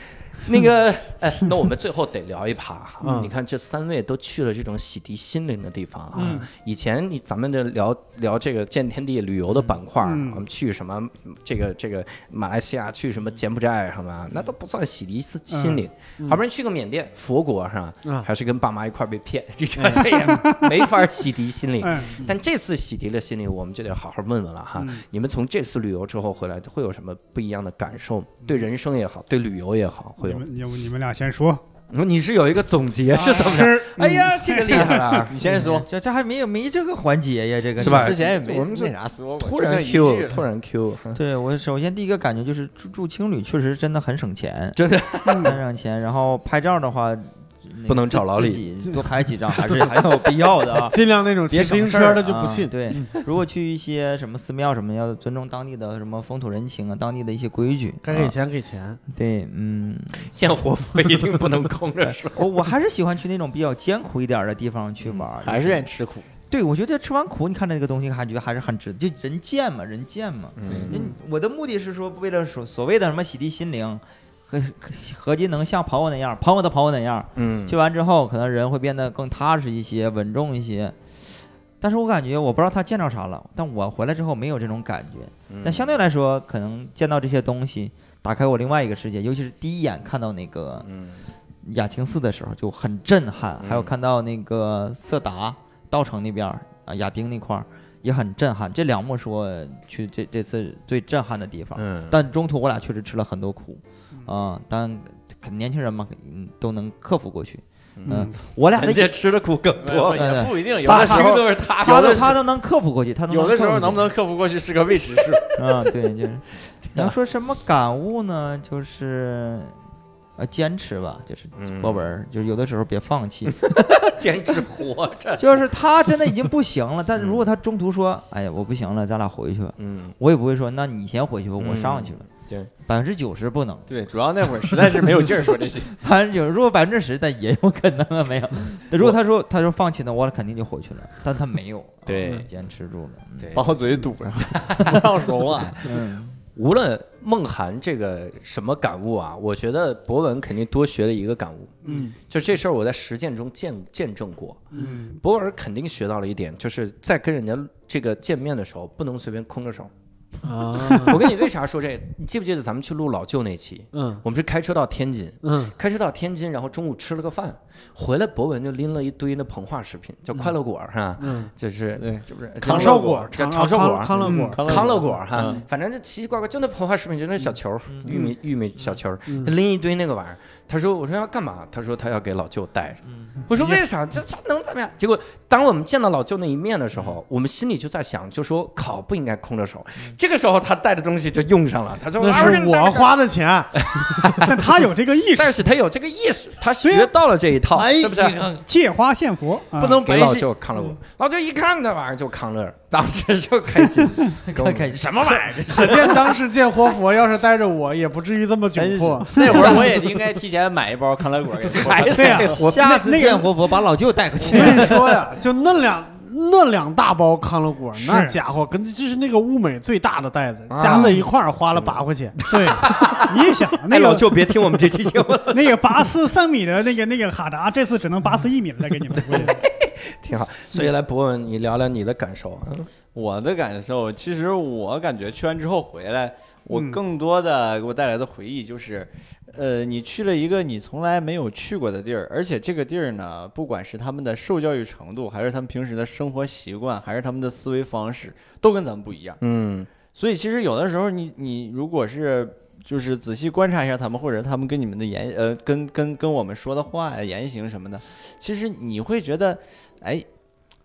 那个，哎，那我们最后得聊一趴哈。嗯你看，这三位都去了这种洗涤心灵的地方啊。嗯以前你咱们这聊聊这个见天地旅游的板块儿，嗯我们去什么嗯这个这个马来西亚，去什么柬埔寨什么，那都不算洗涤心心灵。嗯好不容易去个缅甸、佛国是吧？啊嗯。还是跟爸妈一块儿被骗， 这这也没法洗涤心灵。嗯，但这次洗涤了心灵，我们就得好好问问了哈。嗯你们从这次旅游之后回来，会有什么不一样的感受？对人生也好，对旅游也好，会你有们你们你们俩先说。你说你是有一个总结是怎么着？吃，哎呀，这个厉害了！ 你先说，这这还没有没这个环节呀，这个是吧之前也没我们这那啥说过，突就然这一句 Q，突然 Q，嗯对我首先第一个感觉就是住住青旅确实真的很省钱，真的 很省钱。然后拍照的话，那个不能自找老李，自己多拍几张还是 很有必要的啊 尽量那种骑别自行省事车儿的就不啊信。对，如果去一些什么寺庙什么，要尊重当地的什么风土人情啊，当地的一些规矩。该给啊钱给钱，对，嗯，见活佛一定不能空着手。嗯我我还是喜欢去那种比较艰苦一点儿的地方去玩儿，还是愿意吃苦。对，我觉得吃完苦，你看那个东西，感觉还是很值，就人贱嘛，人贱嘛。嗯人我的目的是说，为了所所谓的什么洗涤心灵，合合计能像朋友那样，朋友的朋友那样，嗯去完之后，可能人会变得更踏实一些，稳重一些。但是我感觉，我不知道他见着啥了，但我回来之后没有这种感觉。嗯但相对来说，可能见到这些东西，打开我另外一个世界，尤其是第一眼看到那个嗯雅青寺的时候就很震撼，还有嗯看到那个色达稻城那边儿啊亚丁那块儿也很震撼。这两幕是我去这这次最震撼的地方，嗯，但中途我俩确实吃了很多苦嗯啊、但肯年轻人嘛，嗯都能克服过去。嗯，我俩的人家吃的苦更多，我也不一定，有仨的时媳妇候都是他他有都的他都能克服过去，他都有的时候克能服不过能克服过去是个未知 数。去 啊？对， 就是能说什么感悟呢？就是。呃，坚持吧，就是嗯博文儿，就是有的时候别放 弃，坚持活着。就是他真的已经不行了，嗯但如果他中途说，哎呀，我不行了，咱俩回去吧，嗯，我也不会说，那你先回去吧，我嗯上去了。对，百分之九十不能，对，主要那会儿实在是没有劲儿说这些。百分之九十，如果百分之十，但也有可能 没有。如果他说他说放弃呢，我肯定就回去了，但他没有，对嗯坚持住了。嗯对 把我嘴堵上， 不让说话。嗯，无论梦涵这个什么感悟啊，我觉得博文肯定多学了一个感悟，嗯就这事儿我在实践中见见证过。嗯博文肯定学到了一点，就是在跟人家这个见面的时候，不能随便空着手。啊， 我跟你为啥说这？你记不记得咱们去录老舅那期？嗯我们是开车到天津，嗯开车到天津，然后中午吃了个饭，回来博文就拎了一堆那膨化食品，叫快乐果儿哈，嗯，就是对，就是长寿寿果，叫长寿果康康乐嗯果，康乐果儿哈嗯，反正就奇奇怪怪，就那膨化食品，就那小球儿，嗯玉米玉米小球儿，嗯他拎一堆那个玩意儿。他说：“我说要干嘛？”他说：“他要给老舅带着。嗯”我说：“为啥？这这能怎么样？”结果当我们见到老舅那一面的时候，我们心里就在想，就说靠，不应该空着手。这个时候他带的东西就用上了。他说：“那啊这是个带我着花的钱，但他有这个意 识，但是他有这个意识，他学到了这一哎套，是不是？借花献佛，啊不能给白老是舅康乐果，嗯老舅一看那玩意儿就康乐儿，当时就开 心，跟我们开心什么玩意儿？可见当时见活佛要是带着我，也不至于这么窘迫。那会儿我也应该提前买一包康乐果给 他。还对啊呀是，我下次那见个活佛把老舅带过 去我。跟你说呀，就那两那两大包康乐果，是那家伙跟就是那个物美最大的袋啊子加在一块儿花了八块钱，对，你想哎，那老个舅别听我们这期节目，那个拔丝三米的那个那个哈达，这次只能拔丝一米了，再给你们。我觉得挺好。 所以来博文，你聊聊你的感受。啊我的感受，其实我感觉去完之后回来，我嗯更多的给我带来的回忆就是，呃，你去了一个你从来没有去过的地儿，而且这个地儿呢，不管是他们的受教育程度，还是他们平时的生活习惯，还是他们的思维方式，都跟咱们不一样。嗯所以其实有的时候你，你如果是就是仔细观察一下他们，或者他们跟你们的言呃，跟跟跟我们说的话呀、言行什么的，其实你会觉得，哎，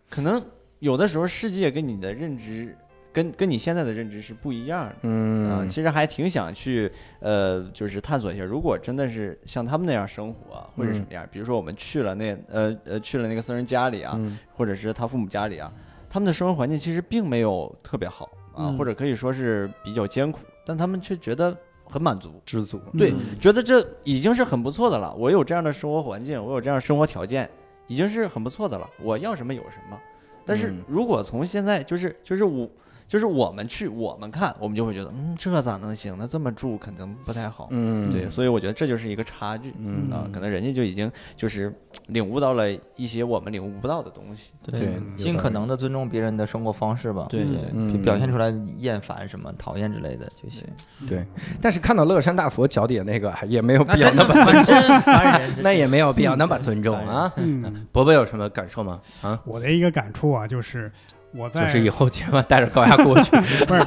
可能有的时候世界跟你的认知，跟跟你现在的认知是不一样的。嗯，嗯其实还挺想去，呃，就是探索一下。如果真的是像他们那样生活，啊或者什么样，比如说我们去了那呃呃去了那个僧人家里啊，嗯或者是他父母家里啊，他们的生活环境其实并没有特别好啊，嗯或者可以说是比较艰苦，但他们却觉得很满足，知足。对，嗯觉得这已经是很不错的了。我有这样的生活环境，我有这样的生活条件，已经是很不错的了。我要什么有什么。但是嗯如果从现在就是就是我就是我们去我们看，我们就会觉得，嗯，这咋能行呢？这么住可能不太好。嗯对，，所以我觉得这就是一个差距。嗯啊，可能人家就已经就是领悟到了一些我们领悟不到的东西。对，尽可能的尊重别人的生活方式吧，对对嗯就表现出来厌烦什么、讨厌之类的就行。对。但是看到乐山大佛脚底下那个，哎也没有那必要真那的么，烦真烦人， 那也没有必要那么尊重 啊。嗯，伯嗯伯有什么感受吗？啊，我的一个感触啊，就是我就在是以后千万带着高压锅去。不是，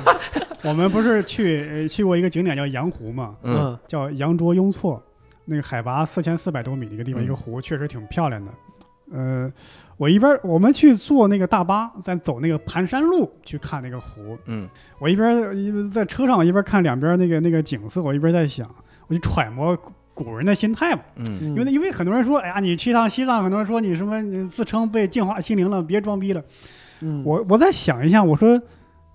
我们不是去呃去过一个景点叫羊湖嘛，嗯嗯叫羊卓雍措，那个海拔四千四百多米的一个地方，嗯一个湖，确实挺漂亮的。呃，我一边儿我们去坐那个大巴，在走那个盘山路去看那个湖。嗯，我一边儿一边在车上，我一边看两边儿那个那个景色，我一边儿在想，我就揣摩古人的心态嘛。嗯 因为因为很多人说，哎呀，你去趟西藏，很多人说你什么你自称被净化心灵了，别装逼了。嗯我我再想一下，我说，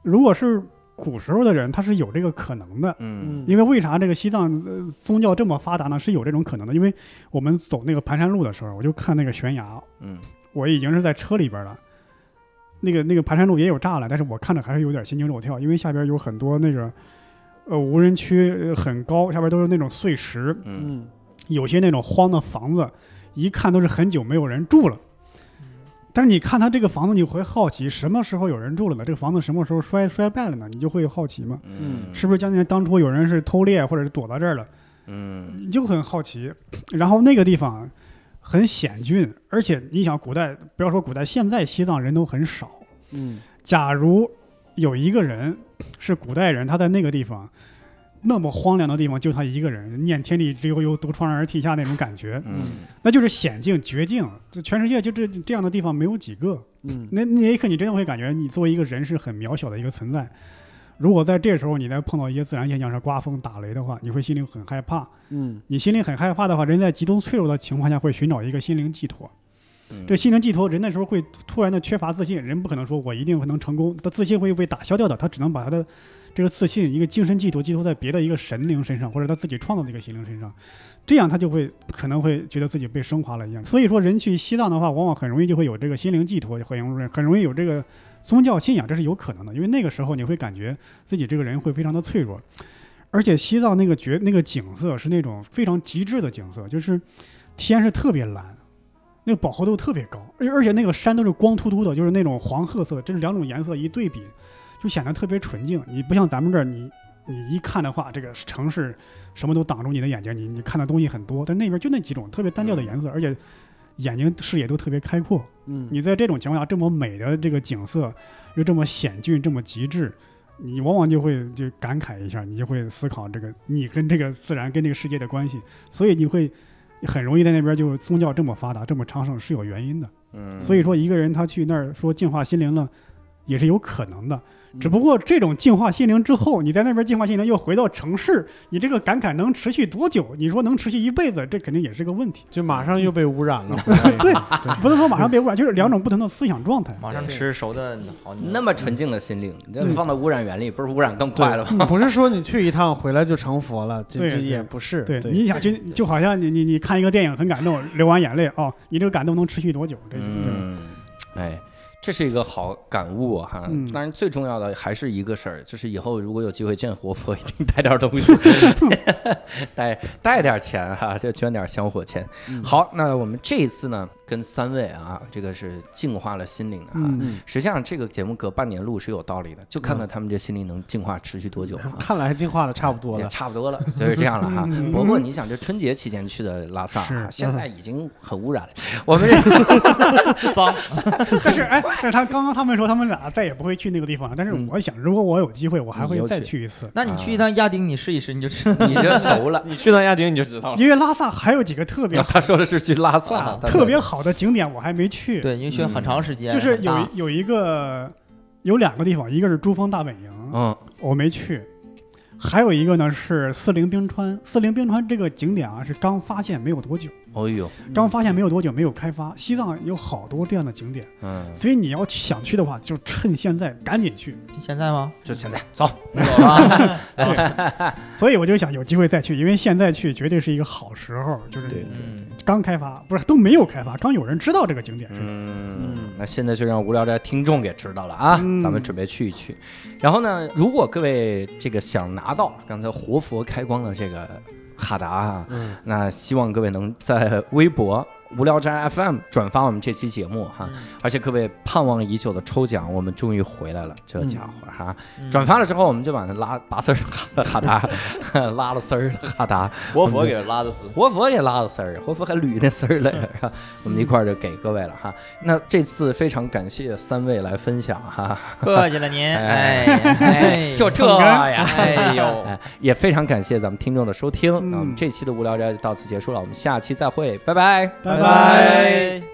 如果是古时候的人，他是有这个可能的，嗯嗯因为为啥这个西藏、呃、宗教这么发达呢？是有这种可能的，因为我们走那个盘山路的时候，我就看那个悬崖，嗯我已经是在车里边了，那个那个盘山路也有栅栏，但是我看着还是有点心惊肉跳，因为下边有很多那个呃无人区呃很高，下边都是那种碎石，嗯，嗯，有些那种荒的房子，一看都是很久没有人住了。但是你看他这个房子，你会好奇什么时候有人住了呢？这个房子什么时候衰衰败了呢？你就会好奇嘛，嗯是不是将近当初有人是偷猎或者是躲到这儿了？嗯你就很好奇。然后那个地方很险峻，而且你想，古代不要说古代，现在西藏人都很少。嗯，假如有一个人是古代人，他在那个地方那么荒凉的地方，就他一个人，念天地之悠悠，独怆然而涕下那种感觉，嗯那就是险境绝境。这全世界就这这样的地方没有几个。嗯，那那一刻，你真的会感觉你作为一个人是很渺小的一个存在。如果在这时候你再碰到一些自然现象，是刮风打雷的话，你会心里很害怕。嗯，你心里很害怕的话，人在极度脆弱的情况下会寻找一个心灵寄托。嗯这心灵寄托，人那时候会突然的缺乏自信，人不可能说我一定会能成功，他自信会被打消掉的，他只能把他的这个自信一个精神寄托寄托在别的一个神灵身上，或者他自己创造的一个心灵身上，这样他就会可能会觉得自己被升华了一样。所以说，人去西藏的话，往往很容易就会有这个心灵寄托，很容易很容易有这个宗教信仰，这是有可能的，因为那个时候你会感觉自己这个人会非常的脆弱。而且西藏那个绝那个景色是那种非常极致的景色，就是天是特别蓝，那个饱和度特别高，而而且那个山都是光秃秃的，就是那种黄褐色，这是两种颜色一对比，就显得特别纯净。你不像咱们这儿，你你一看的话，这个城市什么都挡住你的眼睛，你你看的东西很多，但那边就那几种特别单调的颜色，而且眼睛视野都特别开阔。嗯，你在这种情况下，这么美的这个景色，又这么险峻，这么极致，你往往就会就感慨一下，你就会思考这个你跟这个自然、跟这个世界的关系，所以你会很容易在那边就是宗教这么发达、这么昌盛是有原因的。嗯，所以说，一个人他去那儿说净化心灵了，也是有可能的。只不过这种净化心灵之后，你在那边净化心灵，又回到城市，你这个感慨能持续多久？你说能持续一辈子，这肯定也是个问题。就马上又被污染了， 对，不能说马上被污染，就是两种不同的思想状态。马上吃熟的好，那 么纯净的心灵，你这对放到污染源里，不是污染更快了吗？嗯不是说你去一趟回来就成佛了，这对这对也不是，对，对你想就就好像你你你看一个电影很感动，流完眼泪哦，你这个感动能持续多久？这对嗯哎，这是一个好感悟啊哈。嗯当然，最重要的还是一个事儿，就是以后如果有机会见活佛， 一定带点儿东西，带带点儿钱哈、就捐点儿香火钱。嗯好，那我们这一次呢，跟三位啊，这个是净化了心灵的啊。嗯实际上，这个节目隔半年录是有道理的，就看看他们这心灵能净化持续多久 啊。看来进化的差不多也了，差不多了，所以这样了哈。嗯伯伯，你想这春节期间去的拉萨是啊，嗯现在已经很污染了。我们这脏， 但是哎，但是他刚刚他们说他们俩再也不会去那个地方了。但是嗯我想，如果我有机会，我还你会又再去去一次，那你去一趟亚丁，你试一试，你就知道。你就熟了。你去趟亚丁你就哦知道了。因为拉萨还有几个特别他说的是去拉萨啊，他特别好的景点我还没去，对，因为需要很嗯长时间，就是很有大一有一个有两个地方，一个是珠峰大本哦营，嗯我没去。还有一个呢是四灵冰川，四灵冰川这个景点啊是刚发现没有多久，哦呦，嗯刚发现没有多久没有开发。西藏有好多这样的景点，嗯，所以你要想去的话，就趁现在赶紧 去。就现在吗？就现在走，所以我就想有机会再去，因为现在去绝对是一个好时候，就是对嗯，刚开发，不是都没有开发，刚有人知道这个景点是。嗯，那现在就让无聊斋听众给知道了啊，嗯咱们准备去一去。然后呢，如果各位这个想拿到刚才活佛开光的这个哈达啊，嗯那希望各位能在微博。无聊斋 FM 转发我们这期节目哈，而且各位盼望已久的抽奖，我们终于回来了，这家伙哈、嗯 转发了之后，我们就把它拉拔丝儿哈哈达， 拉了丝儿的哈达，活佛给拉的丝，活佛也拉了丝儿，活佛还捋那丝儿来着，是吧我们一块儿就给各位了哈。那这次非常感谢三位来分享哈，客气了您，哎哎哎，就这呀，啊哎呦，也非常感谢咱们听众的收听。那我们嗯这期的无聊斋就到此结束了，我们下期再会，拜拜。拜拜。